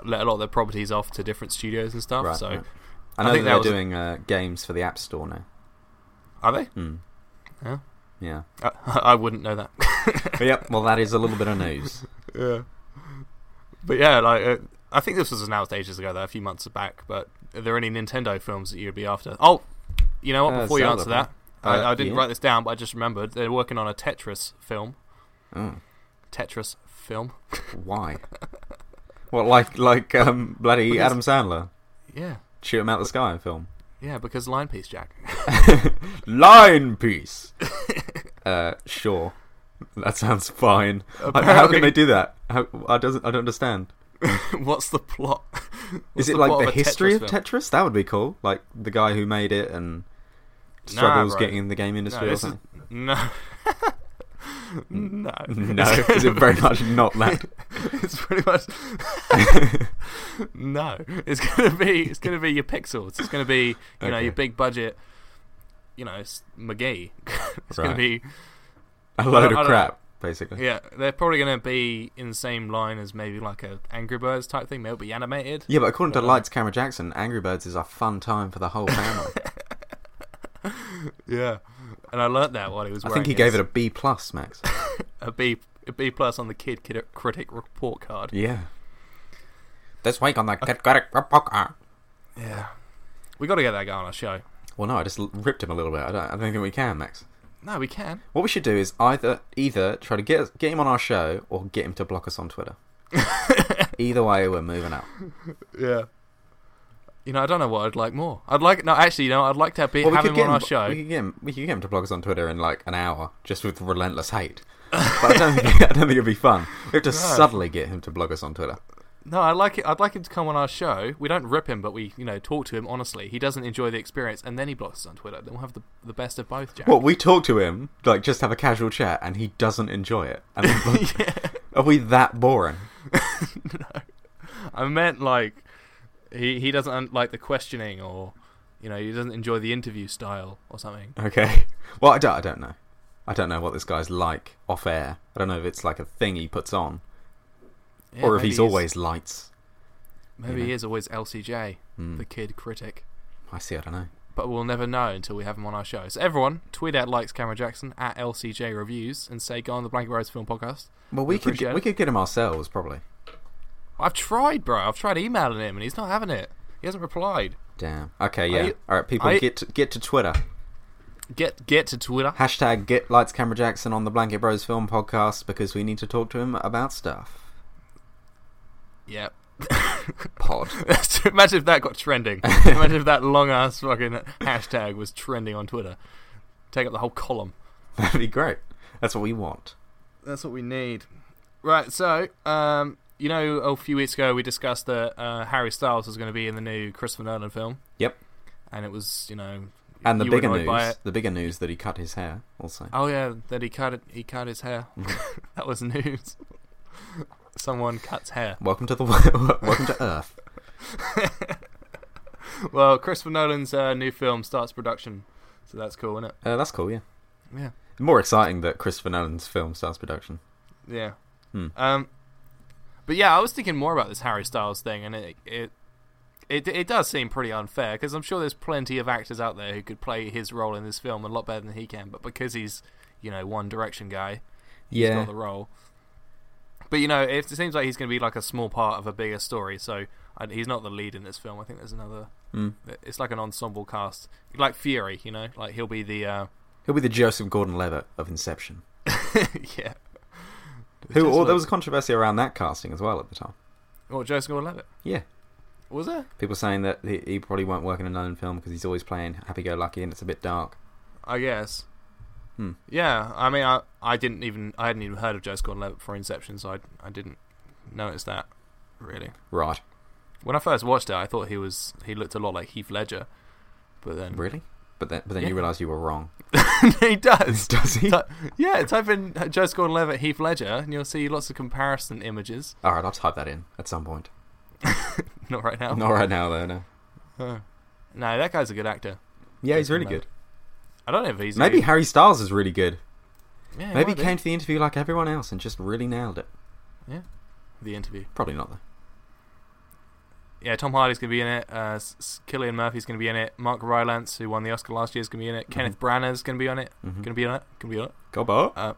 Speaker 1: let a lot of their properties off to different studios and stuff.
Speaker 2: Right,
Speaker 1: so
Speaker 2: right. I
Speaker 1: I
Speaker 2: know
Speaker 1: think
Speaker 2: that
Speaker 1: that
Speaker 2: they're
Speaker 1: was-
Speaker 2: doing uh, games for the App Store now.
Speaker 1: are they?
Speaker 2: Hmm.
Speaker 1: Yeah.
Speaker 2: Yeah.
Speaker 1: I, I wouldn't know that.
Speaker 2: But yep. Well, that is a little bit of news.
Speaker 1: yeah. But yeah, like uh, I think this was announced ages ago, though, a few months back. But are there any Nintendo films that you'd be after? Oh, you know what?
Speaker 2: Uh,
Speaker 1: Before you
Speaker 2: Zelda,
Speaker 1: answer that,
Speaker 2: right? Uh,
Speaker 1: I, I didn't
Speaker 2: yeah.
Speaker 1: write this down, but I just remembered they're working on a Tetris film.
Speaker 2: Oh,
Speaker 1: Tetris film.
Speaker 2: why? What like like um, bloody
Speaker 1: Because-
Speaker 2: Adam Sandler
Speaker 1: Yeah,
Speaker 2: shoot him out the sky film?
Speaker 1: yeah, because line piece, Jack.
Speaker 2: Line piece. uh, sure. That sounds fine. Like, how
Speaker 1: Apparently-
Speaker 2: can they do that? How, I doesn't. I don't understand.
Speaker 1: What's the plot?
Speaker 2: Is
Speaker 1: What's
Speaker 2: it like
Speaker 1: plot
Speaker 2: the
Speaker 1: a
Speaker 2: history
Speaker 1: Tetris
Speaker 2: of
Speaker 1: film?
Speaker 2: Tetris? That would be cool. Like the guy who made it and struggles
Speaker 1: bro.
Speaker 2: getting in the game industry
Speaker 1: No,
Speaker 2: or
Speaker 1: this is
Speaker 2: something.
Speaker 1: no. No,
Speaker 2: No, is it very much not that?
Speaker 1: It's pretty much no. It's gonna be it's gonna be your pixels. It's gonna be you know
Speaker 2: Okay.
Speaker 1: your big budget. You know it's McGee. it's gonna
Speaker 2: Right.
Speaker 1: be
Speaker 2: A load
Speaker 1: I
Speaker 2: of
Speaker 1: don't-
Speaker 2: crap, basically.
Speaker 1: yeah. They're probably gonna be in the same line as maybe like a Angry Birds type thing. They'll be animated.
Speaker 2: Yeah, but according to
Speaker 1: Uh,
Speaker 2: Lights Camera Jackson, Angry Birds is a fun time for the whole family.
Speaker 1: Yeah. And I learnt that while he was.
Speaker 2: I think he gave it a B plus, Max.
Speaker 1: a B a B plus on the kid, kid critic report card.
Speaker 2: yeah. This week on the Get Critic Report Card.
Speaker 1: Yeah. We got to get that guy on our show. Well,
Speaker 2: No, I just l- ripped him a little bit. I don't, I don't think we can, Max.
Speaker 1: no, we can.
Speaker 2: What we should do is either either try to get get him on our show or get him to block us on Twitter. either way, we're moving up.
Speaker 1: Yeah. You know, I don't know what I'd like more. I'd like no, actually, you know, I'd like to be
Speaker 2: Well,
Speaker 1: have him on our
Speaker 2: him,
Speaker 1: show.
Speaker 2: We could, get him, we could get him to blog us on Twitter in like an hour, just with relentless hate. But I don't think, I don't think it'd be fun. We have to subtly get him to blog us on Twitter.
Speaker 1: No, I like it. I'd like him to come on our show. We don't rip him, but we you know talk to him honestly. He doesn't enjoy the experience, and then he blocks us on Twitter. Then we'll have the the best of both, Jack.
Speaker 2: Well, we talk to him, like just have a casual chat, and he doesn't enjoy it. And then block- Are we that boring?
Speaker 1: I meant like he he doesn't un- like the questioning, or you know, he doesn't enjoy the interview style or something.
Speaker 2: Okay. Well, I don't, I don't know. I don't know what this guy's like off air. I don't know if it's like a thing he puts on,
Speaker 1: Yeah,
Speaker 2: or if
Speaker 1: maybe
Speaker 2: he's always lights.
Speaker 1: maybe
Speaker 2: know.
Speaker 1: he is always LCJ,
Speaker 2: Hmm.
Speaker 1: the kid critic.
Speaker 2: I see. I don't know.
Speaker 1: but we'll never know until we have him on our show. So everyone, tweet at likes Cameron Jackson at LCJ Reviews and say go on the Blanket Rose Film Podcast.
Speaker 2: Well, we could
Speaker 1: appreciate
Speaker 2: get,
Speaker 1: it.
Speaker 2: we could get him ourselves probably.
Speaker 1: I've tried, bro. I've tried emailing him and he's not having it. He hasn't replied.
Speaker 2: Damn. Okay. Yeah.
Speaker 1: you-
Speaker 2: All right, people,
Speaker 1: are you-
Speaker 2: get to, get to Twitter.
Speaker 1: Get get to Twitter.
Speaker 2: Hashtag get lights camera Jackson on the Blanket Bros film podcast because we need to talk to him about stuff.
Speaker 1: Yep.
Speaker 2: Pod.
Speaker 1: Imagine if that got trending. Imagine if that long ass fucking hashtag was trending on Twitter. Take up the whole column.
Speaker 2: That'd be great. That's what we want.
Speaker 1: That's what we need. Right, so um, you know, a few weeks ago we discussed that uh, Harry Styles was going to be in the new Christopher Nolan film.
Speaker 2: Yep.
Speaker 1: And it was, you know,
Speaker 2: And the
Speaker 1: you were
Speaker 2: bigger
Speaker 1: annoyed by
Speaker 2: news,
Speaker 1: it.
Speaker 2: the bigger news that he cut his hair. Also,
Speaker 1: Oh yeah, that he cut it, he cut his hair. that was news. Someone cuts hair.
Speaker 2: welcome to the wo- welcome to Earth.
Speaker 1: Well, Christopher Nolan's uh, new film starts production, so that's cool, isn't it?
Speaker 2: Uh, that's cool. Yeah,
Speaker 1: Yeah,
Speaker 2: more exciting that Christopher Nolan's film starts production.
Speaker 1: yeah.
Speaker 2: Hmm.
Speaker 1: Um, but yeah, I was thinking more about this Harry Styles thing, and it it it, it does seem pretty unfair because I'm sure there's plenty of actors out there who could play his role in this film a lot better than he can, but because he's you know One Direction guy, he's
Speaker 2: Yeah,
Speaker 1: got the role. But you know, it seems like he's going to be like a small part of a bigger story. So I, he's not the lead in this film. I think there's another.
Speaker 2: Mm.
Speaker 1: It's like an ensemble cast, like Fury. You know, like he'll be the uh,
Speaker 2: he'll be the Joseph Gordon-Levitt of Inception.
Speaker 1: yeah.
Speaker 2: Who?
Speaker 1: Just
Speaker 2: Or,
Speaker 1: like-
Speaker 2: there was controversy around that casting as well at the time.
Speaker 1: What Joseph Gordon-Levitt?
Speaker 2: Yeah,
Speaker 1: Was there?
Speaker 2: people saying that he, he probably won't work in a Nolan film because he's always playing happy-go-lucky and it's a bit dark.
Speaker 1: I guess.
Speaker 2: Hmm.
Speaker 1: Yeah, I mean, I I didn't even I hadn't even heard of Joseph Gordon-Levitt before Inception, so I I didn't notice that really.
Speaker 2: Right?
Speaker 1: When I first watched it, I thought he was he looked a lot like Heath Ledger, but then
Speaker 2: Really? But then, but then
Speaker 1: Yeah.
Speaker 2: you realise you were wrong.
Speaker 1: he does.
Speaker 2: Does he?
Speaker 1: Ty- yeah, type in Joe Gordon Levitt, Heath Ledger, and you'll see lots of comparison images.
Speaker 2: All right, I'll type that in at some point.
Speaker 1: Not right now.
Speaker 2: Not right now, though. No.
Speaker 1: Huh. No, that guy's a good actor.
Speaker 2: Yeah, he's
Speaker 1: Doesn't
Speaker 2: really
Speaker 1: matter.
Speaker 2: good.
Speaker 1: I don't know if he's
Speaker 2: Maybe Harry Styles is really good.
Speaker 1: yeah,
Speaker 2: Maybe he
Speaker 1: might be.
Speaker 2: came to the interview like everyone else and just really nailed it.
Speaker 1: the interview.
Speaker 2: Probably not though.
Speaker 1: Yeah, Tom Hardy's gonna be in it. Uh, S- S- Killian Murphy's gonna be in it. Mark Rylance, who won the Oscar last year, is gonna be in it. Kenneth Branagh's gonna be on it.
Speaker 2: Mm-hmm.
Speaker 1: Gonna be on it. Gonna be on it.
Speaker 2: Go Bo.
Speaker 1: Uh,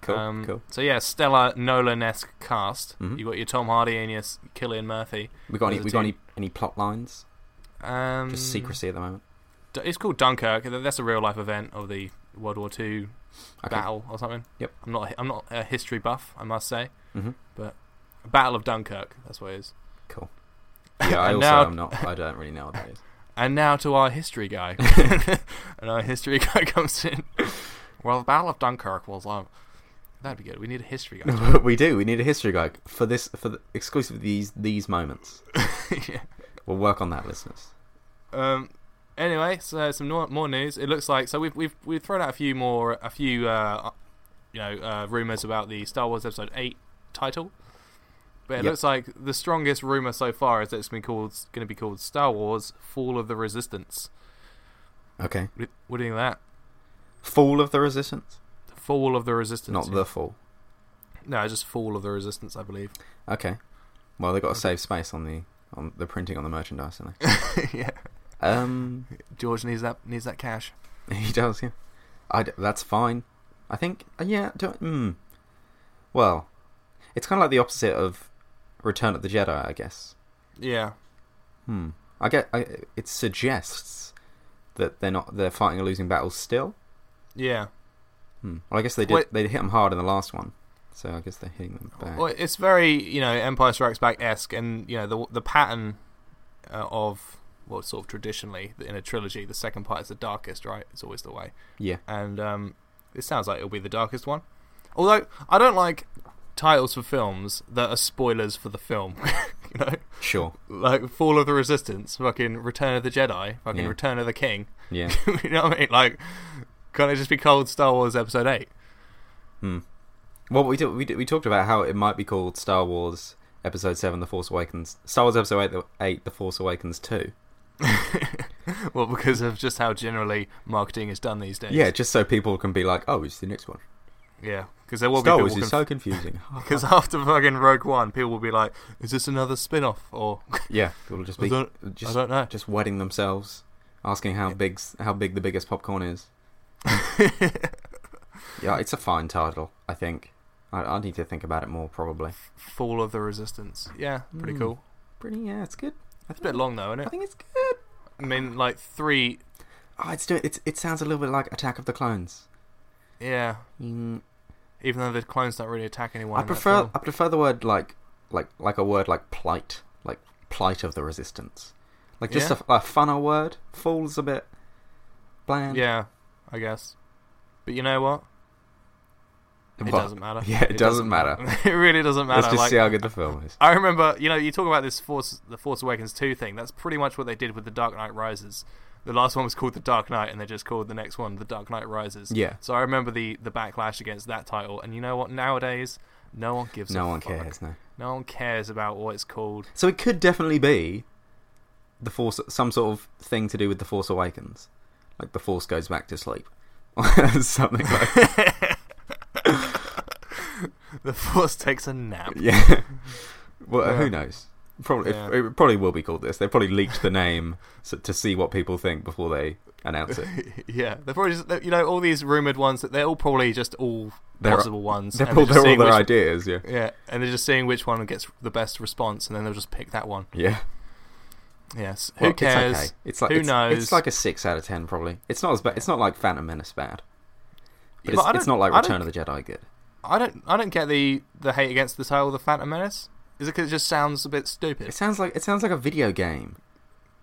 Speaker 2: cool.
Speaker 1: Um,
Speaker 2: cool.
Speaker 1: So yeah, stellar Nolan-esque cast.
Speaker 2: Mhm.
Speaker 1: You got your Tom Hardy and your S- Killian Murphy.
Speaker 2: We got any?
Speaker 1: there's a
Speaker 2: We got any? Any plot lines?
Speaker 1: Um,
Speaker 2: Just secrecy at the moment.
Speaker 1: D- It's called Dunkirk. Th- That's a real life event of the World War Two
Speaker 2: Okay.
Speaker 1: battle or something.
Speaker 2: Yep.
Speaker 1: I'm not. I'm not a history buff. I must say,
Speaker 2: Mhm.
Speaker 1: but Battle of Dunkirk. That's what it is.
Speaker 2: Cool. Yeah, I
Speaker 1: and
Speaker 2: also
Speaker 1: now,
Speaker 2: am not. I don't really know what that is.
Speaker 1: and now to our history guy, and our history guy comes in. Well, the Battle of Dunkirk was um. That'd be good. We need a history guy.
Speaker 2: we do. We need a history guy for this for the, exclusive of these these moments.
Speaker 1: yeah.
Speaker 2: We'll work on that, listeners.
Speaker 1: Um. Anyway, so some more, more news. It looks like so we've we've we've thrown out a few more a few uh, you know uh, rumors about the Star Wars Episode Eight title, but it
Speaker 2: Yep.
Speaker 1: looks like the strongest rumor so far is that it's been called going to be called Star Wars Fall of the Resistance.
Speaker 2: Okay.
Speaker 1: What do you- what do you think of
Speaker 2: Fall of the Resistance,
Speaker 1: that? Fall of the Resistance.
Speaker 2: not the fall.
Speaker 1: no, just Fall of the Resistance, I believe.
Speaker 2: Okay. Well, they got to save space on the on the printing on the merchandise, haven't they?
Speaker 1: yeah,
Speaker 2: um,
Speaker 1: George needs that needs that cash.
Speaker 2: he does. Yeah, I d- that's fine. I think. uh, Yeah. Do, mm. Well, it's kind of like the opposite of Return of the Jedi, I guess.
Speaker 1: Yeah,
Speaker 2: Hmm. I get. I, it suggests that they're not. They're fighting a losing battle still.
Speaker 1: yeah.
Speaker 2: Hmm. Well, I guess they did.
Speaker 1: Wait. Oh,
Speaker 2: They hit them hard in the last one, so I guess they're hitting them back.
Speaker 1: Well, it's very you know Empire Strikes Back esque, and you know the the pattern uh, of well, sort of traditionally in a trilogy, the second part is the darkest, right? It's always the way,
Speaker 2: Yeah.
Speaker 1: and um, it sounds like it'll be the darkest one. Although I don't like titles for films that are spoilers for the film, you know,
Speaker 2: Sure.
Speaker 1: like Fall of the Resistance, fucking Return of the Jedi, fucking
Speaker 2: Yeah.
Speaker 1: Return of the King.
Speaker 2: Yeah.
Speaker 1: you know what I mean? Like, can it just be called Star Wars Episode Eight?
Speaker 2: Hmm. Well, we did, we did, we talked about how it might be called Star Wars Episode Seven: The Force Awakens. Star Wars Episode Eight: The, eight, the Force Awakens Two.
Speaker 1: Well, because of just how generally marketing is done these days.
Speaker 2: Yeah, just so people can be like, "Oh, it's the next one."
Speaker 1: Yeah, because there will
Speaker 2: Star
Speaker 1: be
Speaker 2: Wars
Speaker 1: people
Speaker 2: is so confusing.
Speaker 1: because after fucking Rogue One, people will be like, "Is this another spin-off?" Or
Speaker 2: yeah, people just
Speaker 1: I
Speaker 2: be
Speaker 1: don't- I
Speaker 2: just
Speaker 1: don't know.
Speaker 2: just wetting themselves, asking how big how big the biggest popcorn is. yeah, it's a fine title, I think. I, I need to think about it more, probably.
Speaker 1: Fall of the Resistance. Yeah, pretty
Speaker 2: Hmm.
Speaker 1: cool.
Speaker 2: Pretty, yeah, it's good. I
Speaker 1: It's a
Speaker 2: think,
Speaker 1: bit long though, isn't
Speaker 2: I
Speaker 1: it?
Speaker 2: think it's good.
Speaker 1: I mean, like three.
Speaker 2: Oh, it's doing. It's, it sounds a little bit like Attack of the Clones.
Speaker 1: Yeah,
Speaker 2: Mm,
Speaker 1: even though the clones don't really attack anyone.
Speaker 2: I
Speaker 1: in that
Speaker 2: prefer
Speaker 1: film.
Speaker 2: I prefer the word like like like a word like plight, like plight of the resistance, like just
Speaker 1: Yeah.
Speaker 2: a, a funner word. Fool's a bit bland.
Speaker 1: Yeah, I guess. But you know what? It
Speaker 2: Well,
Speaker 1: doesn't matter.
Speaker 2: yeah, it doesn't
Speaker 1: it really doesn't matter.
Speaker 2: Let's just
Speaker 1: like,
Speaker 2: see how good the film is.
Speaker 1: I remember, you know, you talk about this Force, the Force Awakens two thing. That's pretty much what they did with the Dark Knight Rises. The last one was called the Dark Knight, and they just called the next one the Dark Knight Rises.
Speaker 2: Yeah.
Speaker 1: So I remember the the backlash against that title, and you know what? Nowadays, no one gives.
Speaker 2: No
Speaker 1: a
Speaker 2: one
Speaker 1: fuck.
Speaker 2: cares. No.
Speaker 1: No one cares about what it's called.
Speaker 2: So it could definitely be the force, some sort of thing to do with the Force Awakens, like the Force goes back to sleep, something like
Speaker 1: The Force takes a nap.
Speaker 2: yeah. Well, who
Speaker 1: Yeah.
Speaker 2: knows? Probably
Speaker 1: Yeah.
Speaker 2: it, it probably will be called this. They probably leaked the name so, to see what people think before they announce it.
Speaker 1: yeah, they're probably just, you know all these rumored ones. They're all probably just all
Speaker 2: They're-
Speaker 1: possible ones.
Speaker 2: They're,
Speaker 1: and
Speaker 2: all,
Speaker 1: just
Speaker 2: they're all
Speaker 1: seeing
Speaker 2: their
Speaker 1: which-
Speaker 2: ideas. Yeah.
Speaker 1: Yeah, and they're just seeing which one gets the best response, and then they'll just pick that one.
Speaker 2: Yeah.
Speaker 1: Yes.
Speaker 2: Well,
Speaker 1: Who cares?
Speaker 2: It's, okay. it's like
Speaker 1: Who
Speaker 2: it's, It's
Speaker 1: knows?
Speaker 2: like a six out of ten, probably. It's not as bad. It's not like Phantom Menace bad, but,
Speaker 1: Yeah, but I
Speaker 2: it's, it's
Speaker 1: don't-
Speaker 2: not like
Speaker 1: I don't-
Speaker 2: Return of the Jedi good.
Speaker 1: I don't. I don't get the the hate against the title, the Phantom Menace. Is it because it just sounds a bit stupid?
Speaker 2: It sounds like it sounds like a video game.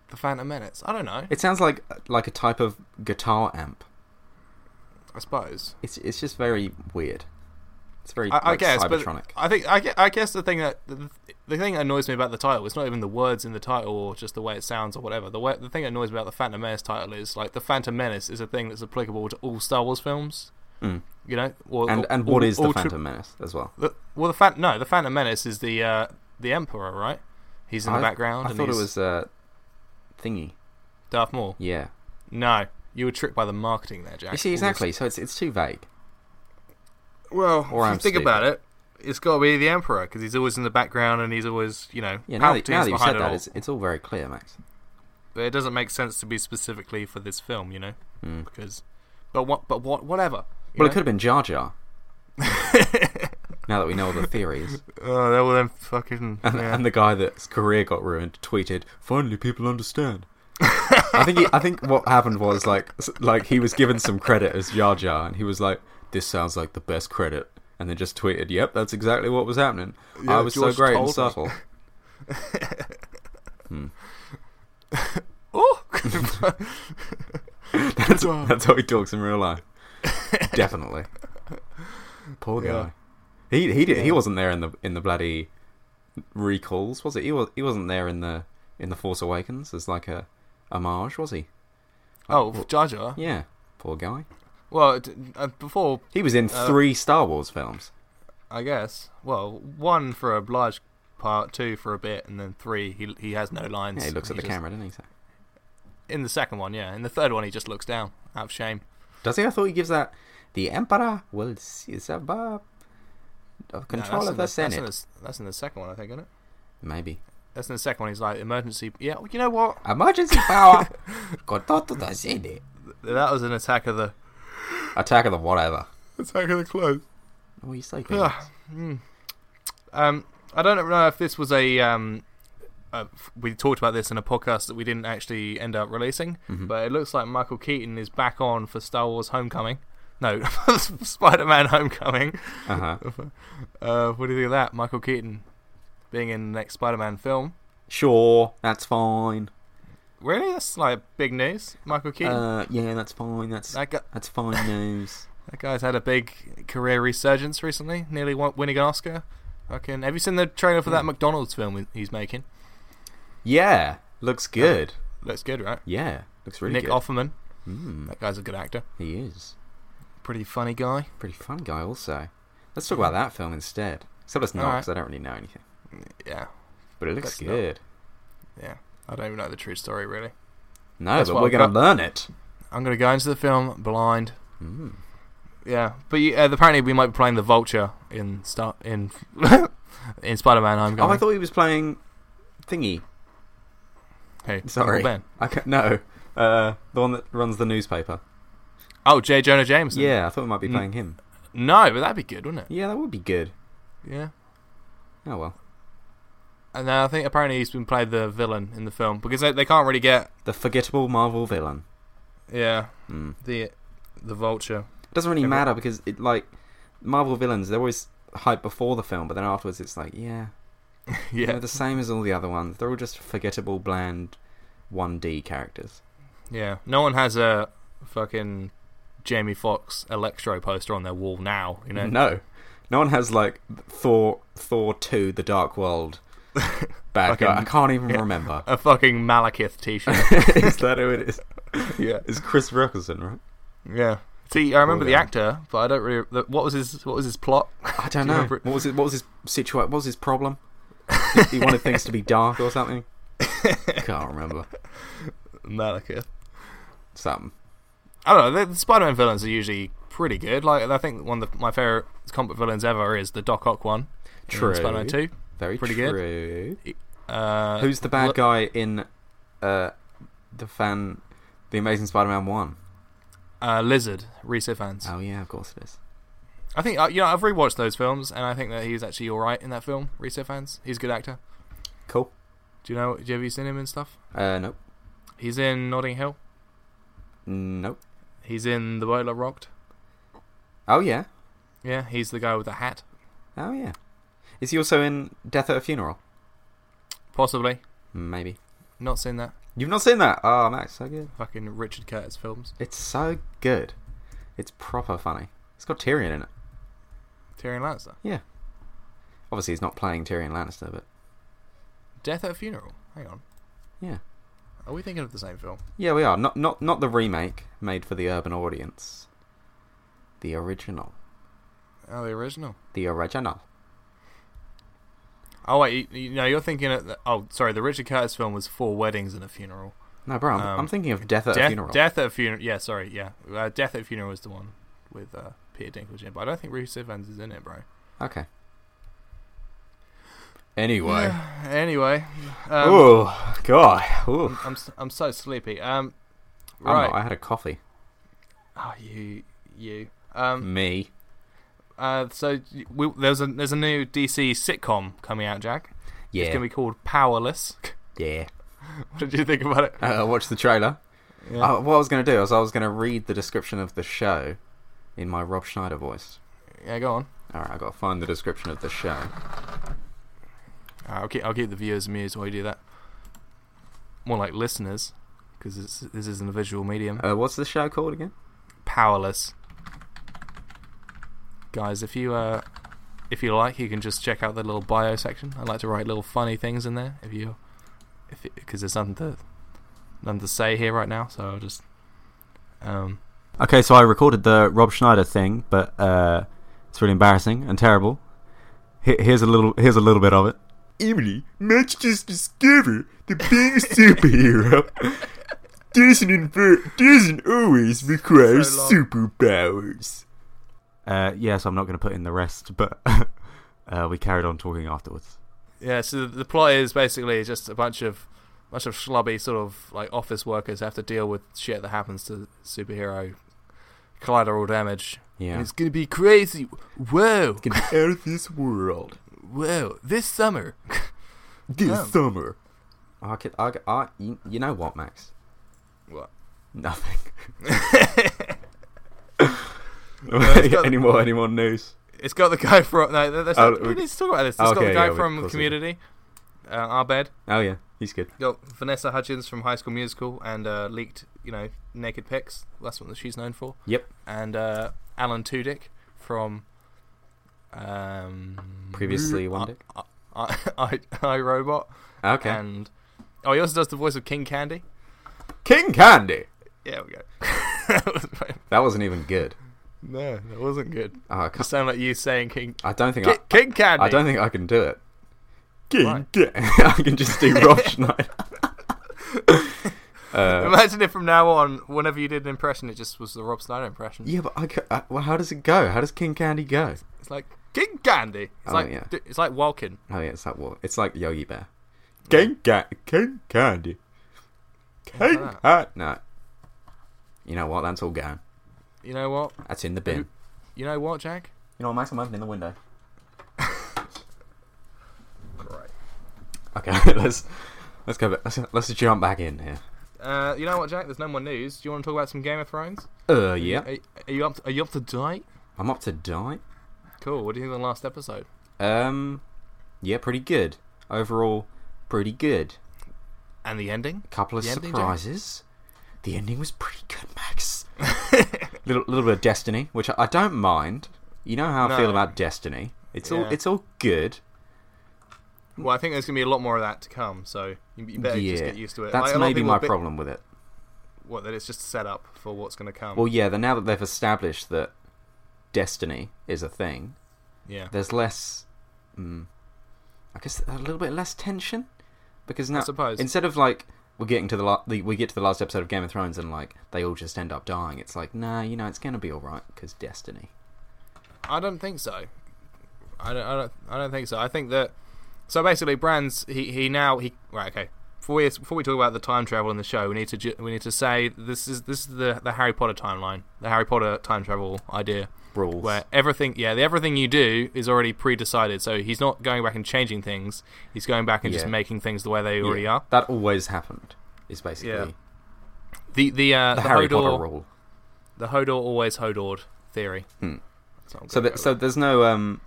Speaker 1: the Phantom Menace. I don't know.
Speaker 2: It sounds like like a type of guitar amp.
Speaker 1: I suppose.
Speaker 2: It's it's just very weird. It's very
Speaker 1: I, I
Speaker 2: like,
Speaker 1: guess,
Speaker 2: Cybertronic.
Speaker 1: but I think I, gue- I guess the thing that the, the thing that annoys me about the title is not even the words in the title or just the way it sounds or whatever. The way, the thing that annoys me about the Phantom Menace title is like the Phantom Menace is a thing that's applicable to all Star Wars films.
Speaker 2: Mm.
Speaker 1: You know, or,
Speaker 2: And
Speaker 1: or-
Speaker 2: and what
Speaker 1: all-
Speaker 2: is the
Speaker 1: all tri-
Speaker 2: Phantom Menace as well?
Speaker 1: the- well, the Phantom no, the Phantom Menace is the uh, the Emperor, right? He's in the
Speaker 2: I-
Speaker 1: background.
Speaker 2: I
Speaker 1: and
Speaker 2: thought it
Speaker 1: he's
Speaker 2: was uh, thingy.
Speaker 1: Darth Maul.
Speaker 2: Yeah.
Speaker 1: No, you were tricked by the marketing there, Jack.
Speaker 2: You see exactly. So it's it's too vague.
Speaker 1: Well,
Speaker 2: Or
Speaker 1: if
Speaker 2: I'm
Speaker 1: you think
Speaker 2: stupid.
Speaker 1: about it, it's got to be the Emperor because he's always in the background and he's always, you know,
Speaker 2: Yeah. Now that,
Speaker 1: Palpatine's
Speaker 2: now that you've
Speaker 1: behind
Speaker 2: said
Speaker 1: it
Speaker 2: that,
Speaker 1: all.
Speaker 2: it's it's all very clear, Max.
Speaker 1: But it doesn't make sense to be specifically for this film, you know,
Speaker 2: Mm.
Speaker 1: because. But what? But what? Whatever. you
Speaker 2: Well, it
Speaker 1: know?
Speaker 2: could have been Jar Jar. now that we know all the theories,
Speaker 1: Oh, they were them fucking.
Speaker 2: and,
Speaker 1: yeah.
Speaker 2: and the guy that's career got ruined tweeted, "Finally, people understand." I think he, I think what happened was like s- like he was given some credit as Jar Jar, and he was like, "This sounds like the best credit," and then just tweeted, "Yep, that's exactly what was happening.
Speaker 1: Yeah,
Speaker 2: I was
Speaker 1: George
Speaker 2: so Hmm. great
Speaker 1: told
Speaker 2: and
Speaker 1: me."
Speaker 2: subtle."
Speaker 1: Oh!
Speaker 2: That's,
Speaker 1: Wow.
Speaker 2: that's how he talks in real life. Definitely. Poor guy.
Speaker 1: Yeah.
Speaker 2: He he did,
Speaker 1: Yeah.
Speaker 2: he wasn't there in the in the bloody recalls, was it? He was he wasn't there in the in the Force Awakens as like a homage, was he?
Speaker 1: oh, Jar Jar.
Speaker 2: Yeah. Poor guy.
Speaker 1: Well, d- uh, before
Speaker 2: He was in
Speaker 1: Uh,
Speaker 2: three Star Wars films.
Speaker 1: I guess. Well, one for a large part, two for a bit, and then three. He he has no lines.
Speaker 2: Yeah, he looks at the
Speaker 1: just-
Speaker 2: camera, doesn't he? So-
Speaker 1: In the second one, yeah. In the third one, he just looks down out of shame.
Speaker 2: Does he? I thought he gives that the Emperor will seize above
Speaker 1: No,
Speaker 2: of control
Speaker 1: that's
Speaker 2: of
Speaker 1: in
Speaker 2: the
Speaker 1: that's in
Speaker 2: Senate.
Speaker 1: the- that's in the second one, I think, isn't it?
Speaker 2: Maybe.
Speaker 1: That's in the second one. He's like emergency. Yeah, well, you know what?
Speaker 2: Emergency power control to the Senate.
Speaker 1: That was an attack of the
Speaker 2: Attack of the whatever.
Speaker 1: attack of the clothes.
Speaker 2: Oh, you so good.
Speaker 1: Ah, mm. um, I don't know if this was a. Um, uh, we talked about this in a podcast that we didn't actually end up releasing,
Speaker 2: Mm-hmm. Hmm.
Speaker 1: but it looks like Michael Keaton is back on for Star Wars Homecoming. No, Spider-Man Homecoming.
Speaker 2: Uh huh.
Speaker 1: Uh, what do you think of that, Michael Keaton being in the next Spider-Man film?
Speaker 2: Sure, that's fine.
Speaker 1: Really, that's like big news. Michael Keaton.
Speaker 2: Uh, yeah, that's fine. That's
Speaker 1: that, guy,
Speaker 2: that's fine news.
Speaker 1: that guy's had a big career resurgence recently, nearly won- winning an Oscar. Fucking, have you seen the trailer for that
Speaker 2: Hmm.
Speaker 1: McDonald's film he's making?
Speaker 2: Yeah, looks good.
Speaker 1: Looks good, right?
Speaker 2: Yeah, looks really
Speaker 1: Nick
Speaker 2: good.
Speaker 1: Offerman.
Speaker 2: Mm,
Speaker 1: That guy's a good actor.
Speaker 2: he is
Speaker 1: Pretty funny guy.
Speaker 2: pretty fun guy. Also, let's talk about that film instead. Except it's not
Speaker 1: Alright.
Speaker 2: because I don't really know anything.
Speaker 1: Yeah,
Speaker 2: But it looks
Speaker 1: Let's not.
Speaker 2: good.
Speaker 1: yeah. I don't even know the true story really.
Speaker 2: No,
Speaker 1: That's
Speaker 2: but
Speaker 1: what
Speaker 2: we're
Speaker 1: I've got.
Speaker 2: gonna learn it.
Speaker 1: I'm gonna go into the film blind. Hmm.
Speaker 2: Mm.
Speaker 1: Yeah, but you, uh, apparently we might be playing the Vulture in Star in in Spider-Man
Speaker 2: Oh,
Speaker 1: Homecoming.
Speaker 2: I thought he was playing thingy.
Speaker 1: hey,
Speaker 2: Sorry,
Speaker 1: Uncle Ben.
Speaker 2: I can no. Uh, the one that runs the newspaper.
Speaker 1: Oh, J. Jonah Jameson.
Speaker 2: Yeah, I thought we might be
Speaker 1: Mm.
Speaker 2: playing him.
Speaker 1: No, but that'd be good, wouldn't it?
Speaker 2: Yeah, that would be good.
Speaker 1: Yeah.
Speaker 2: Oh well,
Speaker 1: And then I think apparently he's been played the villain in the film because they, they can't really get
Speaker 2: the forgettable Marvel villain.
Speaker 1: yeah
Speaker 2: Mm.
Speaker 1: the the Vulture.
Speaker 2: doesn't really
Speaker 1: Yeah, but-
Speaker 2: matter because it like Marvel villains they're always hyped before the film, but then afterwards it's like yeah,
Speaker 1: yeah,
Speaker 2: they're the same as all the other ones. They're all just forgettable, bland, one D characters.
Speaker 1: Yeah, no one has a fucking Jamie Fox Electro poster on their wall now. You know,
Speaker 2: No, no one has like Thor, Thor two, The Dark World. Bad guy. I
Speaker 1: Fucking-
Speaker 2: can't even remember.
Speaker 1: a fucking Malekith T-shirt.
Speaker 2: is that who it is?
Speaker 1: yeah,
Speaker 2: It's Chris Ruckelson, right?
Speaker 1: yeah. See, I remember
Speaker 2: Well,
Speaker 1: the
Speaker 2: yeah.
Speaker 1: actor, but I don't really. the- What was his What was his plot?
Speaker 2: I don't
Speaker 1: Do you
Speaker 2: know.
Speaker 1: remember it?
Speaker 2: What was it? What was his situation? What was his problem? he wanted things to be dark or something. Can't remember.
Speaker 1: Malekith.
Speaker 2: Something.
Speaker 1: I don't know. The, the Spider-Man villains are usually pretty good. Like I think one of the, my favorite comic villains ever is the Doc Ock one. in
Speaker 2: True.
Speaker 1: Spider-Man Two.
Speaker 2: Very
Speaker 1: Pretty good.
Speaker 2: true.
Speaker 1: Uh,
Speaker 2: Who's the bad
Speaker 1: look-
Speaker 2: guy in uh, the fan, the Amazing Spider-Man one?
Speaker 1: uh, Lizard? Reese Evans.
Speaker 2: Oh yeah, of course it is.
Speaker 1: I think uh, you know I've rewatched those films, and I think that he's actually all right in that film. Reese Evans. He's a good actor.
Speaker 2: Cool.
Speaker 1: Do you know? Do you have you seen him in stuff?
Speaker 2: Uh, nope.
Speaker 1: He's in Notting Hill.
Speaker 2: Nope.
Speaker 1: He's in The Boiler Rocked.
Speaker 2: Oh yeah.
Speaker 1: Yeah, he's the guy with the hat.
Speaker 2: Oh yeah. Is he also in Death at a Funeral?
Speaker 1: Possibly.
Speaker 2: Maybe.
Speaker 1: Not seen that.
Speaker 2: You've not seen that? Oh, Max, so good.
Speaker 1: Fucking Richard Curtis films.
Speaker 2: It's so good. It's proper funny. It's got Tyrion in it.
Speaker 1: Tyrion Lannister.
Speaker 2: Yeah. Obviously, he's not playing Tyrion Lannister, but
Speaker 1: Death at a Funeral. Hang on.
Speaker 2: yeah,
Speaker 1: Are we thinking of the same film?
Speaker 2: yeah, we are not not not the remake made for the urban audience. The original,
Speaker 1: Oh, the original.
Speaker 2: the original.
Speaker 1: Oh wait, you, you know you're thinking of the, oh sorry, the Richard Curtis film was Four Weddings and a Funeral.
Speaker 2: No, bro, I'm,
Speaker 1: Um,
Speaker 2: I'm thinking of Death at
Speaker 1: death,
Speaker 2: a Funeral.
Speaker 1: Death at a Funeral. Yeah, sorry, yeah, uh, Death at a Funeral was the one with uh, Peter Dinklage in, but I don't think Reese Evans is in it, bro.
Speaker 2: Okay. Anyway,
Speaker 1: Anyway, um,
Speaker 2: oh god, Ooh.
Speaker 1: I'm s- I'm so sleepy. Um,
Speaker 2: I'm not,
Speaker 1: right.
Speaker 2: I had a coffee.
Speaker 1: Oh, you you. Um,
Speaker 2: Me.
Speaker 1: uh, so y- we, there's a there's a new DC sitcom coming out, Jack. It's
Speaker 2: Yeah.
Speaker 1: gonna be called Powerless.
Speaker 2: yeah.
Speaker 1: what did you think about it?
Speaker 2: Uh, watch the trailer.
Speaker 1: Yeah.
Speaker 2: Uh, what I was going to do is I was going to read the description of the show in my Rob Schneider voice.
Speaker 1: yeah, go on.
Speaker 2: All right, I got to find the description of the show.
Speaker 1: Uh, I'll keep I'll keep the viewers amused while you do that. More like listeners, because this isn't a visual medium.
Speaker 2: Uh, what's the show called again?
Speaker 1: Powerless. Guys, if you uh, if you like, you can just check out the little bio section. I like to write little funny things in there. If you, if because there's nothing to, nothing to say here right now, so I'll just, um,
Speaker 2: Okay, so I recorded the Rob Schneider thing, but uh, it's really embarrassing and terrible. He- Here's a little. Here's a little bit of it. Emily much just discovered the being a superhero doesn't inver- doesn't always require
Speaker 1: So long.
Speaker 2: superpowers. Uh, yes, I'm not going to put in the rest, but uh, we carried on talking afterwards.
Speaker 1: yeah. So the, the plot is basically just a bunch of, bunch of schlubby sort of like office workers have to deal with shit that happens to superhero collateral damage. And
Speaker 2: Yeah,
Speaker 1: it's gonna be crazy. Whoa,
Speaker 2: gonna be out of this world
Speaker 1: whoa! This summer.
Speaker 2: this
Speaker 1: Oh.
Speaker 2: summer. I could, I, could- I, you you know what, Max?
Speaker 1: What?
Speaker 2: Nothing.
Speaker 1: it's got-
Speaker 2: any more? Any more news?
Speaker 1: It's got the guy from. No, th- that's
Speaker 2: Oh,
Speaker 1: not, we
Speaker 2: we-
Speaker 1: need to talk about this. It's got
Speaker 2: Okay,
Speaker 1: the guy
Speaker 2: yeah, we- of
Speaker 1: from
Speaker 2: course we
Speaker 1: Community, uh, Arbed.
Speaker 2: Oh yeah, he's good.
Speaker 1: Got Vanessa Hudgens from High School Musical and uh, leaked, you know, naked pics. That's what she's known for.
Speaker 2: Yep.
Speaker 1: And uh, Alan Tudyk from. Um,
Speaker 2: Previously One Dick?
Speaker 1: I, I, I, I Robot.
Speaker 2: Okay.
Speaker 1: And oh, he also does the voice of King Candy.
Speaker 2: King Candy.
Speaker 1: Yeah, we go. That was my-
Speaker 2: That wasn't even good.
Speaker 1: no, that wasn't good.
Speaker 2: Oh, I,
Speaker 1: It
Speaker 2: can't,
Speaker 1: sounded like you saying King
Speaker 2: I don't think
Speaker 1: King,
Speaker 2: I,
Speaker 1: King Candy.
Speaker 2: I don't think I can do it. King
Speaker 1: Why?
Speaker 2: Candy. I can just do Rob Schneider. uh,
Speaker 1: Imagine if from now on, whenever you did an impression, it just was the Rob Snyder impression.
Speaker 2: yeah, but I, ca- I, well, how does it go? How does King Candy go?
Speaker 1: It's like King Candy. It's
Speaker 2: Oh,
Speaker 1: like
Speaker 2: yeah.
Speaker 1: d- it's like Walken.
Speaker 2: Oh yeah, it's that what? It's like Yogi Bear. King, Ca- King Candy. King
Speaker 1: Ah.
Speaker 2: Candy. No. You know what? That's all gone.
Speaker 1: You know what?
Speaker 2: That's in the bin.
Speaker 1: You- You know what, Jack?
Speaker 2: You know, Max, I'm opening the window.
Speaker 1: Right.
Speaker 2: Okay, let's let's go. Back. Let's let's jump back in here.
Speaker 1: Uh, you know what, Jack? There's no more news. Do you want to talk about some Game of Thrones?
Speaker 2: Uh, yeah.
Speaker 1: Are, are you up? To, are you up to date?
Speaker 2: I'm up to date.
Speaker 1: Cool. What do you think of the last episode?
Speaker 2: Um, yeah, pretty good overall. Pretty good.
Speaker 1: And the ending?
Speaker 2: couple of
Speaker 1: The ending, Jack?
Speaker 2: surprises. the ending was pretty good, Max. little little bit of Destiny, which I, I don't mind. You know how I
Speaker 1: No.
Speaker 2: feel about Destiny. It's all
Speaker 1: Yeah.
Speaker 2: it's all good.
Speaker 1: Well, I think there's gonna be a lot more of that to come, so you you better
Speaker 2: yeah,
Speaker 1: just get used to it.
Speaker 2: that's
Speaker 1: Like, a lot of
Speaker 2: maybe
Speaker 1: people
Speaker 2: my
Speaker 1: are bit-
Speaker 2: problem with it.
Speaker 1: What that it's just set up for what's gonna come.
Speaker 2: Well, yeah, then now that they've established that Destiny is a thing,
Speaker 1: yeah,
Speaker 2: there's less, mm, I guess, a little bit less tension because now
Speaker 1: suppose.
Speaker 2: instead of like we're getting to the, la- the we get to the last episode of Game of Thrones and like they all just end up dying. It's like nah, you know, it's gonna be all right because Destiny.
Speaker 1: I don't think so. I don't, I don't. I don't think so. I think that. So basically, Brands. He, he now he right. Okay. Before we before we talk about the time travel in the show, we need to ju- we need to say this is this is the the Harry Potter timeline, the Harry Potter time travel idea,
Speaker 2: Rules.
Speaker 1: where everything yeah the, everything you do is already pre decided. So he's not going back and changing things. He's going back and just
Speaker 2: Yeah.
Speaker 1: making things the way they
Speaker 2: Yeah,
Speaker 1: already are.
Speaker 2: That always happened. Is basically
Speaker 1: Yeah. The the uh,
Speaker 2: the,
Speaker 1: the,
Speaker 2: Harry
Speaker 1: Hodor
Speaker 2: Potter rule.
Speaker 1: the Hodor always Hodord theory.
Speaker 2: Hmm.
Speaker 1: That's what I'm
Speaker 2: So
Speaker 1: gonna
Speaker 2: that,
Speaker 1: go
Speaker 2: so there's no um.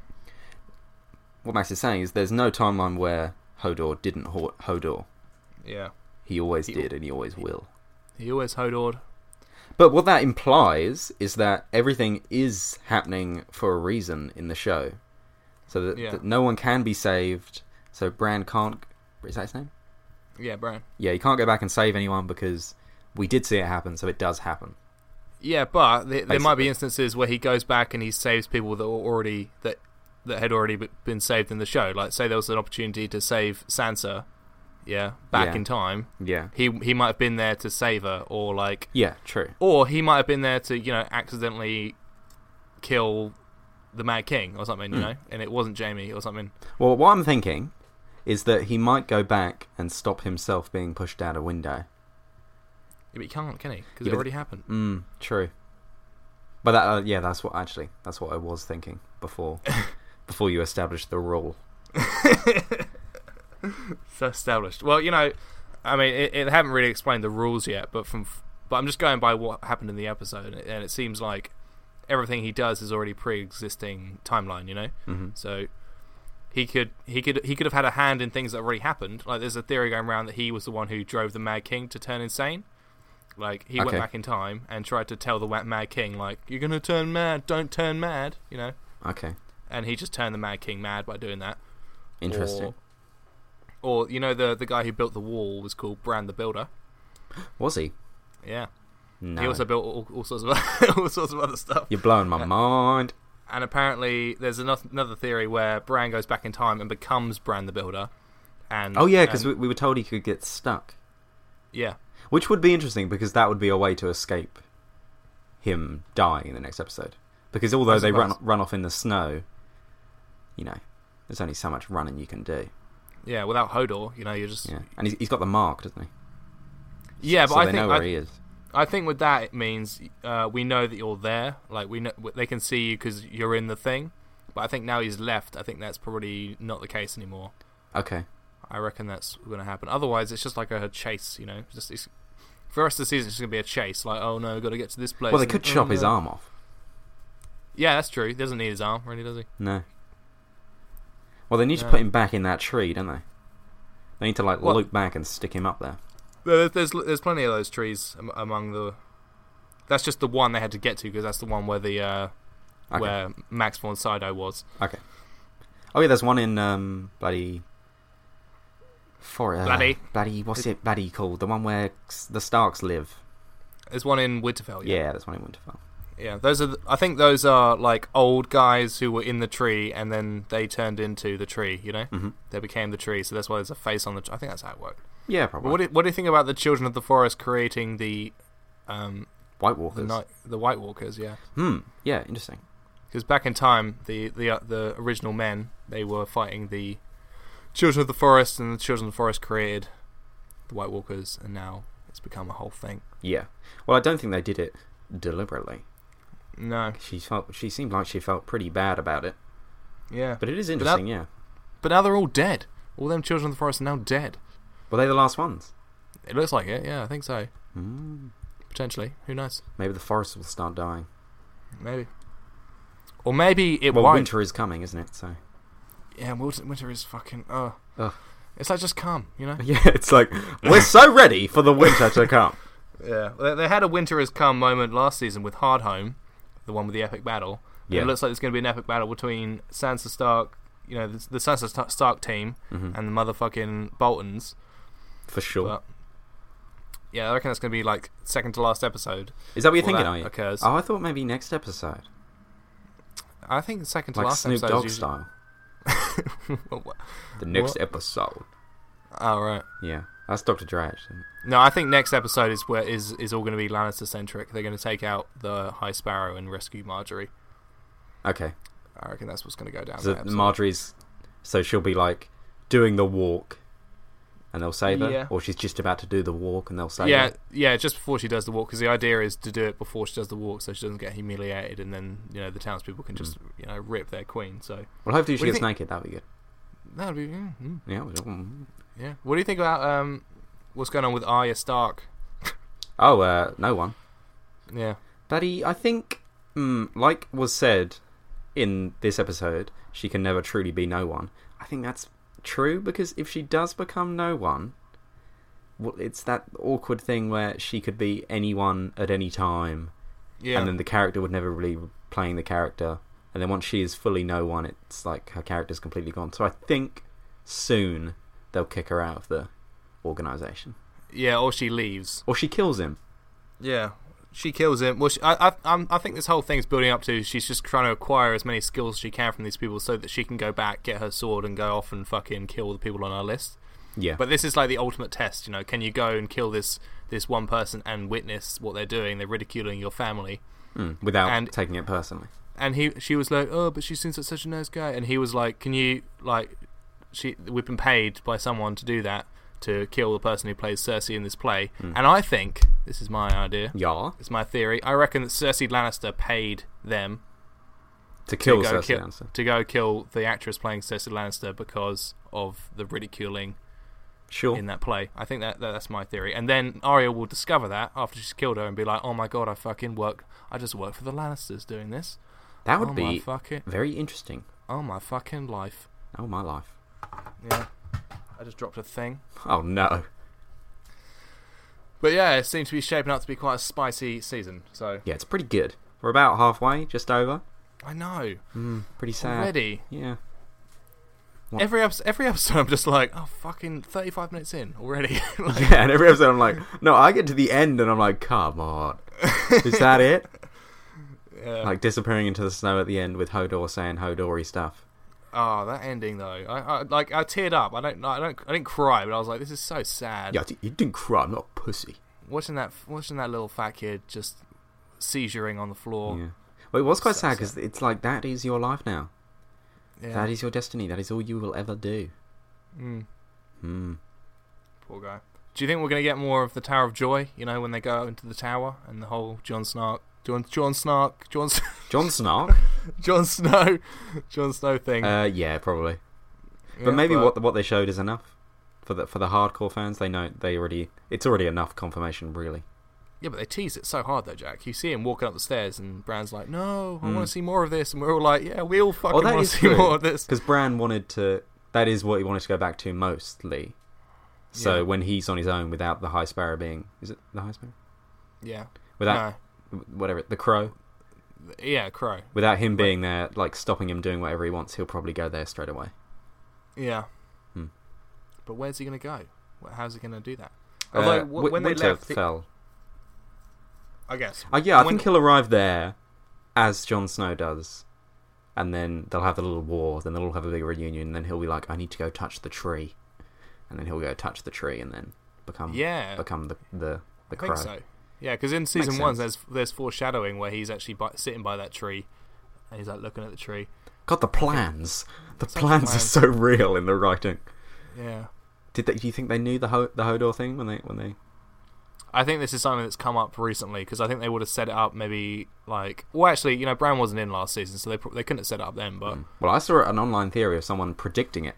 Speaker 2: What Max is saying is there's no timeline where Hodor didn't ho- Hodor.
Speaker 1: with. yeah,
Speaker 2: He always
Speaker 1: He-
Speaker 2: did, and he always will.
Speaker 1: he always Hodord.
Speaker 2: But what that implies is that everything is happening for a reason in the show, so that,
Speaker 1: Yeah.
Speaker 2: that no one can be saved. So Bran can't. Is that his name?
Speaker 1: Yeah, Bran.
Speaker 2: Yeah, he can't go back and save anyone because we did see it happen, so it does happen.
Speaker 1: Yeah, but th- there might
Speaker 2: Basically.
Speaker 1: be instances where he goes back and he saves people that were already that that had already be- been saved in the show. Like, say there was an opportunity to save Sansa, yeah, back
Speaker 2: Yeah.
Speaker 1: in time.
Speaker 2: Yeah.
Speaker 1: He he might have been there to save her, or like,
Speaker 2: Yeah. True.
Speaker 1: or he might have been there to you know accidentally kill the Mad King or something,
Speaker 2: Hmm.
Speaker 1: you know, and it wasn't Jamie or something.
Speaker 2: Well, what I'm thinking is that he might go back and stop himself being pushed out a window.
Speaker 1: Yeah, but he can't, can he? Because
Speaker 2: Yeah,
Speaker 1: it
Speaker 2: but-
Speaker 1: already happened.
Speaker 2: Mm, true. But that, uh, yeah, that's what actually that's what I was thinking before before you established the rule.
Speaker 1: So established. Well, you know, I mean, it, it they haven't really explained the rules yet, but from but I'm just going by what happened in the episode, and it seems like everything he does is already pre-existing timeline. You know,
Speaker 2: hmm
Speaker 1: so he could he could he could have had a hand in things that already happened. Like there's a theory going around that he was the one who drove the Mad King to turn insane. Like he went
Speaker 2: Okay.
Speaker 1: back in time and tried to tell the wa- Mad King, like you're gonna turn mad, don't turn mad, you know.
Speaker 2: Okay,
Speaker 1: And he just turned the Mad King mad by doing that.
Speaker 2: interesting.
Speaker 1: Or, or you know the the guy who built the wall was called Brand the Builder.
Speaker 2: Was he?
Speaker 1: Yeah,
Speaker 2: No.
Speaker 1: he also built all, all sorts of all sorts of other stuff.
Speaker 2: You're blowing my mind.
Speaker 1: And apparently, there's another, another theory where Bran goes back in time and becomes Bran the Builder. And
Speaker 2: Oh yeah, because
Speaker 1: and-
Speaker 2: we, we were told he could get stuck,
Speaker 1: yeah,
Speaker 2: which would be interesting because that would be a way to escape him dying in the next episode. Because although they run
Speaker 1: suppose.
Speaker 2: run off in the snow, you know, there's only so much running you can do.
Speaker 1: yeah, without Hodor, you know, you're just
Speaker 2: Yeah,
Speaker 1: yeah.
Speaker 2: and he's, he's got the mark, doesn't he?
Speaker 1: but
Speaker 2: so
Speaker 1: I
Speaker 2: they
Speaker 1: think
Speaker 2: know where
Speaker 1: I,
Speaker 2: he is.
Speaker 1: I think with that it means uh, we know that you're there. Like we know they can see you because you're in the thing. But I think now he's left. I think that's probably not the case anymore.
Speaker 2: Okay.
Speaker 1: I reckon that's going to happen. Otherwise, it's just like a chase, you know. Just it's, for us, the season just going to be a chase. Like, oh no, got to get to this place.
Speaker 2: Well, they
Speaker 1: and-
Speaker 2: could
Speaker 1: oh,
Speaker 2: chop his
Speaker 1: no.
Speaker 2: arm off.
Speaker 1: Yeah, that's true. He doesn't need his arm, really, does he?
Speaker 2: No. Well, they need to
Speaker 1: No.
Speaker 2: put him back in that tree, don't they? They need to like
Speaker 1: Well-
Speaker 2: loop back and stick him up there.
Speaker 1: There- There's there's plenty of those trees am- among the. That's just the one they had to get to because that's the one where the uh,
Speaker 2: Okay.
Speaker 1: where Max von Sydow was.
Speaker 2: Okay. Oh yeah, there's one in um bloody. For, uh,
Speaker 1: Bloody.
Speaker 2: bloody, what's it bloody called? The one where s- the Starks live.
Speaker 1: There's one in Winterfell.
Speaker 2: Yeah, that's one in Winterfell.
Speaker 1: Yeah, those are. The, I think those are like old guys who were in the tree, and then they turned into the tree. You know,
Speaker 2: Mhm.
Speaker 1: they became the tree. So that's why there's a face on the. Tr- I think that's how it worked.
Speaker 2: Yeah,
Speaker 1: But
Speaker 2: probably.
Speaker 1: what do, what do you think about the Children of the Forest creating the, um,
Speaker 2: White
Speaker 1: the
Speaker 2: Walkers.
Speaker 1: night, the White Walkers? Yeah,
Speaker 2: Hmm. Yeah, interesting.
Speaker 1: because back in time, the the uh, the original men they were fighting the Children of the Forest, and the Children of the Forest created the White Walkers, and now it's become a whole thing.
Speaker 2: Yeah. Well, I don't think they did it deliberately.
Speaker 1: No,
Speaker 2: She felt. She seemed like she felt pretty bad about it.
Speaker 1: yeah, but,
Speaker 2: But it is
Speaker 1: that-
Speaker 2: interesting. yeah.
Speaker 1: now they're all dead. All them Children of the Forest are now dead.
Speaker 2: Were they the last ones?
Speaker 1: It looks like it. Yeah, I think so.
Speaker 2: Hmm.
Speaker 1: Potentially, who knows?
Speaker 2: Maybe the forest will start dying.
Speaker 1: Maybe, or maybe it
Speaker 2: well,
Speaker 1: won't.
Speaker 2: winter is coming, isn't it? So
Speaker 1: Yeah, winter, winter is fucking. Oh,
Speaker 2: Ugh.
Speaker 1: it's like just come, you know.
Speaker 2: yeah, it's like we're so ready for the winter to come.
Speaker 1: Yeah, they, they had a winter has come moment last season with Hard Home, the one with the epic battle. And
Speaker 2: Yeah.
Speaker 1: It looks like there's going to be an epic battle between Sansa Stark, you know, the, the Sansa Sta- Stark team
Speaker 2: Mhm.
Speaker 1: and the motherfucking Boltons.
Speaker 2: for sure.
Speaker 1: But yeah, I reckon that's going to be like second to last episode.
Speaker 2: Is that what you're
Speaker 1: Well,
Speaker 2: thinking?
Speaker 1: that
Speaker 2: are you?
Speaker 1: occurs.
Speaker 2: Oh, I thought maybe next episode,
Speaker 1: I think second to
Speaker 2: like
Speaker 1: last
Speaker 2: Snoop
Speaker 1: episode.
Speaker 2: Dogg
Speaker 1: is
Speaker 2: style.
Speaker 1: usually...
Speaker 2: The next episode.
Speaker 1: oh right.
Speaker 2: Yeah, that's Doctor Dre. Actually.
Speaker 1: No, I think next episode is where is is all going to be Lannister centric. They're going to take out the High Sparrow and rescue Marjorie.
Speaker 2: Okay,
Speaker 1: I reckon that's what's going to go down.
Speaker 2: so
Speaker 1: that episode.
Speaker 2: Marjorie's, so she'll be like doing the walk, and they'll save her,
Speaker 1: Yeah.
Speaker 2: or she's just about to do the walk, and they'll save
Speaker 1: yeah,
Speaker 2: her.
Speaker 1: yeah, just before she does the walk, because the idea is to do it before she does the walk, so she doesn't get humiliated, and then you know the townspeople can just you know rip their queen. So
Speaker 2: Well, hopefully she
Speaker 1: What do you
Speaker 2: gets
Speaker 1: think-
Speaker 2: naked. That'd be good.
Speaker 1: that'd be mm, mm,
Speaker 2: Yeah. we- mm.
Speaker 1: yeah. What do you think about um what's going on with Arya Stark?
Speaker 2: Oh, uh, no one.
Speaker 1: Yeah,
Speaker 2: Daddy, I think, mm, like was said in this episode, she can never truly be no one. I think that's true because if she does become no one, well, it's that awkward thing where she could be anyone at any time,
Speaker 1: yeah,
Speaker 2: and then the character would never really be playing the character. And then once she is fully no one, it's like her character's completely gone. So I think soon they'll kick her out of the organization,
Speaker 1: yeah, or she leaves.
Speaker 2: or she kills him.
Speaker 1: Yeah, she kills him. Well, she, I, I, I'm, I think this whole thing's building up to she's just trying to acquire as many skills as she can from these people, so that she can go back, get her sword, and go off and fucking kill the people on her list.
Speaker 2: Yeah,
Speaker 1: But this is like the ultimate test, you know. Can you go and kill this this one person and witness what they're doing? They're ridiculing your family.
Speaker 2: Mm, without
Speaker 1: and-
Speaker 2: taking it personally.
Speaker 1: And he, she was like, oh, but she seems like such a nice guy. And he was like, can you like, she? We've been paid by someone to do that to kill the person who plays Cersei in this play. And I think this is my idea.
Speaker 2: Yeah.
Speaker 1: It's my theory. I reckon that Cersei Lannister paid them
Speaker 2: to
Speaker 1: to
Speaker 2: kill
Speaker 1: go
Speaker 2: Cersei
Speaker 1: kill
Speaker 2: Lannister.
Speaker 1: to go kill the actress playing Cersei Lannister because of the ridiculing
Speaker 2: Sure.
Speaker 1: in that play. I think that, that that's my theory. And then Arya will discover that after she's killed her and be like, "Oh my god, I fucking work. I just work for the Lannisters doing this.
Speaker 2: that would
Speaker 1: oh my
Speaker 2: be
Speaker 1: fucking,
Speaker 2: very interesting.
Speaker 1: oh my fucking life."
Speaker 2: Oh my life.
Speaker 1: Yeah, I just dropped a thing.
Speaker 2: Oh no.
Speaker 1: But yeah, it seems to be shaping up to be quite a spicy season. So
Speaker 2: Yeah, it's pretty good. We're about halfway, just over.
Speaker 1: I know
Speaker 2: Mm, pretty sad.
Speaker 1: already.
Speaker 2: Yeah. What?
Speaker 1: Every episode, every episode, I'm just like, oh fucking, 35 minutes in already. Like,
Speaker 2: Yeah, and every episode I'm like, no, I get to the end and I'm like, come on. Is that it?
Speaker 1: yeah.
Speaker 2: Like disappearing into the snow at the end with Hodor saying Hodori stuff.
Speaker 1: Oh, that ending though. I, I like I teared up. I don't I don't I didn't cry, but I was like, this is so sad.
Speaker 2: Yeah, you didn't cry, I'm not a pussy.
Speaker 1: Watching that watching that little fat kid just seizuring on the floor.
Speaker 2: Yeah. Well, it was
Speaker 1: Oh.
Speaker 2: quite
Speaker 1: So
Speaker 2: sad because it's like that is your life now.
Speaker 1: Yeah.
Speaker 2: That is your destiny. That is all you will ever do.
Speaker 1: Mm,
Speaker 2: Hmm.
Speaker 1: poor guy. Do you think we're gonna get more of the Tower of Joy? You know, when they go into the tower and the whole John Snark, John John Snark, John S-
Speaker 2: Jon Snark?
Speaker 1: John Snow, John Snow thing.
Speaker 2: uh, yeah, probably.
Speaker 1: Yeah,
Speaker 2: but maybe what what they showed is enough for the for the hardcore fans. They know they already it's already enough confirmation, really.
Speaker 1: Yeah, but they tease it so hard though, Jack. You see him walking up the stairs, and Bran's like, "No, I
Speaker 2: Mm.
Speaker 1: want to see more of this," and we're all like, "Yeah, we all fucking
Speaker 2: Oh, that
Speaker 1: want
Speaker 2: is
Speaker 1: to see
Speaker 2: true.
Speaker 1: more of this."
Speaker 2: Because Bran wanted to. That is what he wanted to go back to mostly. So
Speaker 1: Yeah.
Speaker 2: when he's on his own without the High Sparrow being, is it the High Sparrow?
Speaker 1: Yeah,
Speaker 2: Without whatever the Crow,
Speaker 1: no. yeah, Crow.
Speaker 2: without him being there, like stopping him doing whatever he wants, he'll probably go there straight away.
Speaker 1: Yeah.
Speaker 2: Hmm.
Speaker 1: But where's he going to go? Wh- How's he going to do that?
Speaker 2: Uh,
Speaker 1: Although w-
Speaker 2: Wi-
Speaker 1: when they
Speaker 2: Winterfell.
Speaker 1: left, the- I guess.
Speaker 2: Oh yeah, I
Speaker 1: When-
Speaker 2: think he'll arrive there as Jon Snow does. And then they'll have the little war, then they'll all have a big reunion, and then he'll be like, I need to go touch the tree. And then he'll go touch the tree and then become
Speaker 1: Yeah,
Speaker 2: become the the, the
Speaker 1: I
Speaker 2: crow.
Speaker 1: think so. Yeah, because in season
Speaker 2: Makes
Speaker 1: one,
Speaker 2: sense.
Speaker 1: there's there's foreshadowing where he's actually by, sitting by that tree, and he's like looking at the tree.
Speaker 2: God the plans. The
Speaker 1: Such
Speaker 2: plans, are
Speaker 1: plans.
Speaker 2: so real in the writing.
Speaker 1: Yeah,
Speaker 2: Did they, do you think they knew the Ho- the Hodor thing when they when they
Speaker 1: I think this is something that's come up recently because I think they would have set it up maybe like well, actually, you know, Bran wasn't in last season, so they pro- they couldn't have set it up then. But
Speaker 2: Well, I saw an online theory of someone predicting it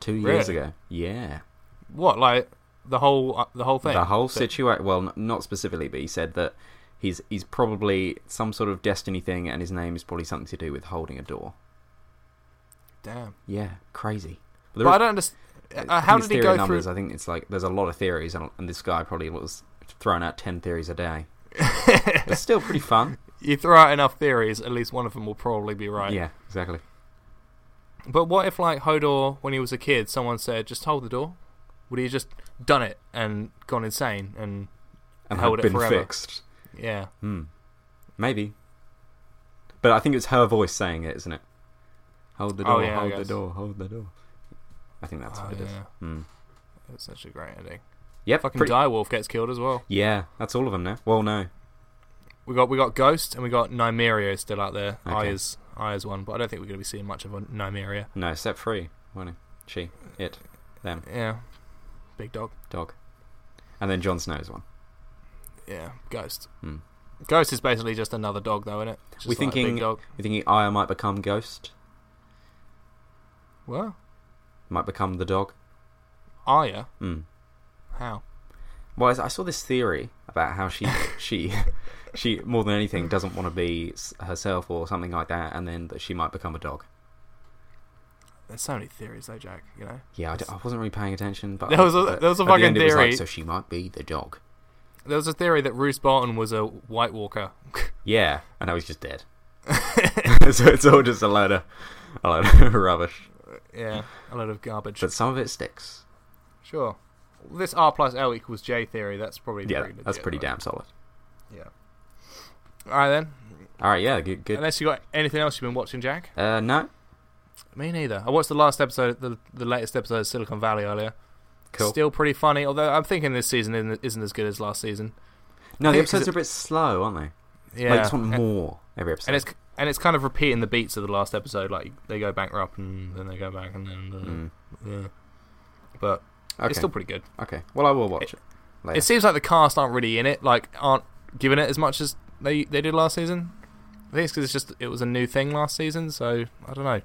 Speaker 2: two years
Speaker 1: Really?
Speaker 2: ago. Yeah.
Speaker 1: what like the whole uh, the whole thing
Speaker 2: The whole
Speaker 1: That-
Speaker 2: situation. Well, n- not specifically, but he said that he's he's probably some sort of destiny thing, and his name is probably something to do with holding a door.
Speaker 1: Damn,
Speaker 2: Yeah, crazy.
Speaker 1: but I don't understand.
Speaker 2: I
Speaker 1: Uh,
Speaker 2: think
Speaker 1: how
Speaker 2: it's
Speaker 1: did he
Speaker 2: theory
Speaker 1: go
Speaker 2: numbers?
Speaker 1: through?
Speaker 2: I think it's like there's a lot of theories, and, and this guy probably was throwing out ten theories a day. It's still pretty fun.
Speaker 1: you throw out enough theories, at least one of them will probably be right.
Speaker 2: Yeah, exactly.
Speaker 1: But what if, like Hodor, when he was a kid, someone said, "Just hold the door"? Would he just done it and gone insane? And
Speaker 2: And
Speaker 1: Held
Speaker 2: had
Speaker 1: it
Speaker 2: been
Speaker 1: forever.
Speaker 2: fixed.
Speaker 1: yeah,
Speaker 2: Hmm. Maybe. But I think it's her voice saying it, isn't it? Hold the
Speaker 1: Oh,
Speaker 2: door,
Speaker 1: yeah, I
Speaker 2: hold the
Speaker 1: guess.
Speaker 2: door, hold the door. I think that's
Speaker 1: Oh,
Speaker 2: what it is.
Speaker 1: yeah.
Speaker 2: Hmm.
Speaker 1: that's such a great ending.
Speaker 2: Yep,
Speaker 1: Fucking
Speaker 2: pretty-
Speaker 1: direwolf gets killed as well.
Speaker 2: Yeah, that's all of them now. Well, no.
Speaker 1: We got we got Ghost and we got Nymeria still out there.
Speaker 2: Okay.
Speaker 1: Aya's Aya's one, but I don't think we're going to be seeing much of a Nymeria.
Speaker 2: No, set free. Won't he? She, it, them,
Speaker 1: Yeah, big dog.
Speaker 2: dog. And then Jon Snow's one.
Speaker 1: Yeah, Ghost.
Speaker 2: Hmm.
Speaker 1: Ghost is basically just another dog, though, isn't it? Just
Speaker 2: We're
Speaker 1: like a big
Speaker 2: thinking-
Speaker 1: dog.
Speaker 2: You thinking Aya might become Ghost?
Speaker 1: Well,
Speaker 2: Might become the dog?
Speaker 1: Aya,
Speaker 2: Hmm.
Speaker 1: how?
Speaker 2: Well, I I saw this theory about how she she she more than anything doesn't want to be s- herself or something like that, and then that she might become a dog.
Speaker 1: There's so many theories, though, Jack. You know,
Speaker 2: Yeah, I, d- I wasn't really paying attention, but
Speaker 1: There was a-
Speaker 2: but
Speaker 1: there was a
Speaker 2: at the
Speaker 1: fucking
Speaker 2: end it was like,
Speaker 1: theory.
Speaker 2: so she might be the dog.
Speaker 1: there was a theory that Roose Bolton was a White Walker.
Speaker 2: Yeah, and now he's just dead. so it's all just a load of a load of rubbish.
Speaker 1: yeah, a lot of garbage.
Speaker 2: But some of it sticks.
Speaker 1: Sure. This R plus L equals J theory. That's probably
Speaker 2: yeah,
Speaker 1: pretty
Speaker 2: that's
Speaker 1: legit,
Speaker 2: pretty
Speaker 1: right?
Speaker 2: damn solid.
Speaker 1: Yeah. All right then.
Speaker 2: All right, yeah, good. good.
Speaker 1: Unless you got anything else you've been watching, Jack.
Speaker 2: Uh, no,
Speaker 1: Me neither. I watched the last episode, the the latest episode of Silicon Valley earlier.
Speaker 2: cool.
Speaker 1: Still pretty funny. Although I'm thinking this season isn't, isn't as good as last season.
Speaker 2: no, the
Speaker 1: think 'cause
Speaker 2: episodes
Speaker 1: it-
Speaker 2: are a bit slow, aren't they?
Speaker 1: Yeah.
Speaker 2: Like, you just want
Speaker 1: and,
Speaker 2: more every episode.
Speaker 1: and it's and it's kind of repeating the beats of the last episode. Like they go bankrupt and then they go back and then.
Speaker 2: Mm.
Speaker 1: Uh, yeah. But
Speaker 2: Okay. Oh,
Speaker 1: it's still pretty good.
Speaker 2: okay. Well, I will watch it.
Speaker 1: It-
Speaker 2: later.
Speaker 1: It seems like the cast aren't really in it, like aren't giving it as much as they they did last season. I think it's because it's just it was a new thing last season, so I don't know.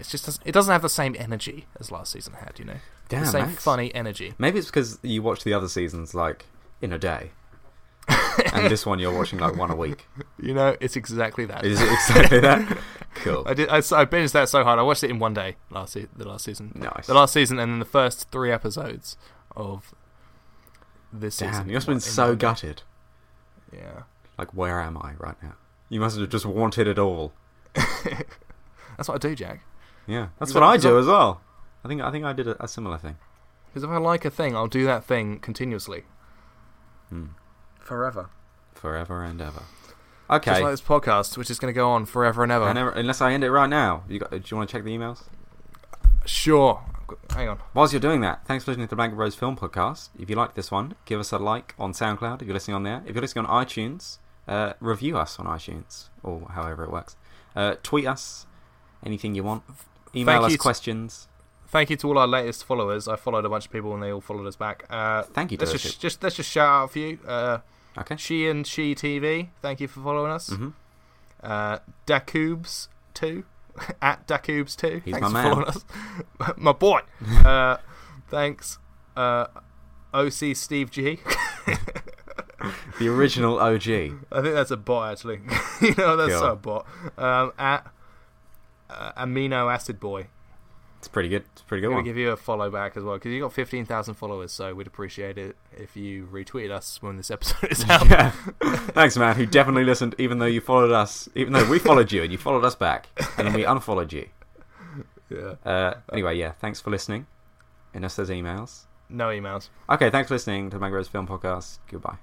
Speaker 1: It's just it doesn't have the same energy as last season had, you know,
Speaker 2: Damn,
Speaker 1: the same
Speaker 2: Max.
Speaker 1: funny energy.
Speaker 2: Maybe it's because you watch the other seasons like in a day, and this one you're watching like one a week.
Speaker 1: You know, it's exactly that.
Speaker 2: Is it exactly that? Cool.
Speaker 1: I did. I, s- I binged that so hard. I watched it in one day last se- the last season,
Speaker 2: Nice.
Speaker 1: the last season, and then the first three episodes of this
Speaker 2: Damn,
Speaker 1: season.
Speaker 2: you must
Speaker 1: in
Speaker 2: have been
Speaker 1: one- in
Speaker 2: so
Speaker 1: one day.
Speaker 2: gutted.
Speaker 1: Yeah,
Speaker 2: Like, where am I right now? You must have just wanted it all.
Speaker 1: that's what I do, Jack.
Speaker 2: Yeah, that's
Speaker 1: Is
Speaker 2: what
Speaker 1: that-
Speaker 2: I
Speaker 1: is
Speaker 2: do
Speaker 1: that-
Speaker 2: as well. I think I think I did a, a similar thing.
Speaker 1: Because if I like a thing, I'll do that thing continuously,
Speaker 2: Hmm.
Speaker 1: forever.
Speaker 2: Forever and ever. Okay.
Speaker 1: Just like this podcast, which is going to go on forever and ever.
Speaker 2: I never- unless I end it right now. You got, do you want to check the emails?
Speaker 1: Sure. Hang on.
Speaker 2: Whilst you're doing that, thanks for listening to the Blanket Rose Film Podcast. If you like this one, give us a like on SoundCloud if you're listening on there. If you're listening on iTunes, uh, review us on iTunes or however it works. Uh, tweet us anything you want. Email
Speaker 1: Thank
Speaker 2: us
Speaker 1: you to-
Speaker 2: questions.
Speaker 1: Thank you to all our latest followers. I followed a bunch of people and they all followed us back. Uh,
Speaker 2: Thank you,
Speaker 1: let's
Speaker 2: Dershit.
Speaker 1: just, just let's just shout out a few. Uh,
Speaker 2: Okay.
Speaker 1: she and she TV. Thank you for following us.
Speaker 2: hmm
Speaker 1: Uh, Dacoobs two at Dacoobs two.
Speaker 2: He's
Speaker 1: thanks
Speaker 2: my
Speaker 1: for
Speaker 2: man.
Speaker 1: following us. my boy. Uh, thanks. Uh, OC Steve G.
Speaker 2: The original OG.
Speaker 1: I think that's a bot actually. you know that's
Speaker 2: Yeah.
Speaker 1: so a bot. Um, at uh, Amino Acid Boy.
Speaker 2: It's pretty good. It's a pretty good
Speaker 1: I'm going
Speaker 2: one.
Speaker 1: to give you a follow back as well because you got 15,000 followers, so we'd appreciate it if you retweeted us when this episode is out.
Speaker 2: Yeah. Thanks, man. Who definitely listened, even though you followed us, even though we followed you and you followed us back, and then we unfollowed you.
Speaker 1: Yeah.
Speaker 2: Uh, anyway, yeah. Thanks for listening. Unless there's emails.
Speaker 1: No emails.
Speaker 2: Okay. Thanks for listening to the Blanket Rose Film Podcast. Goodbye.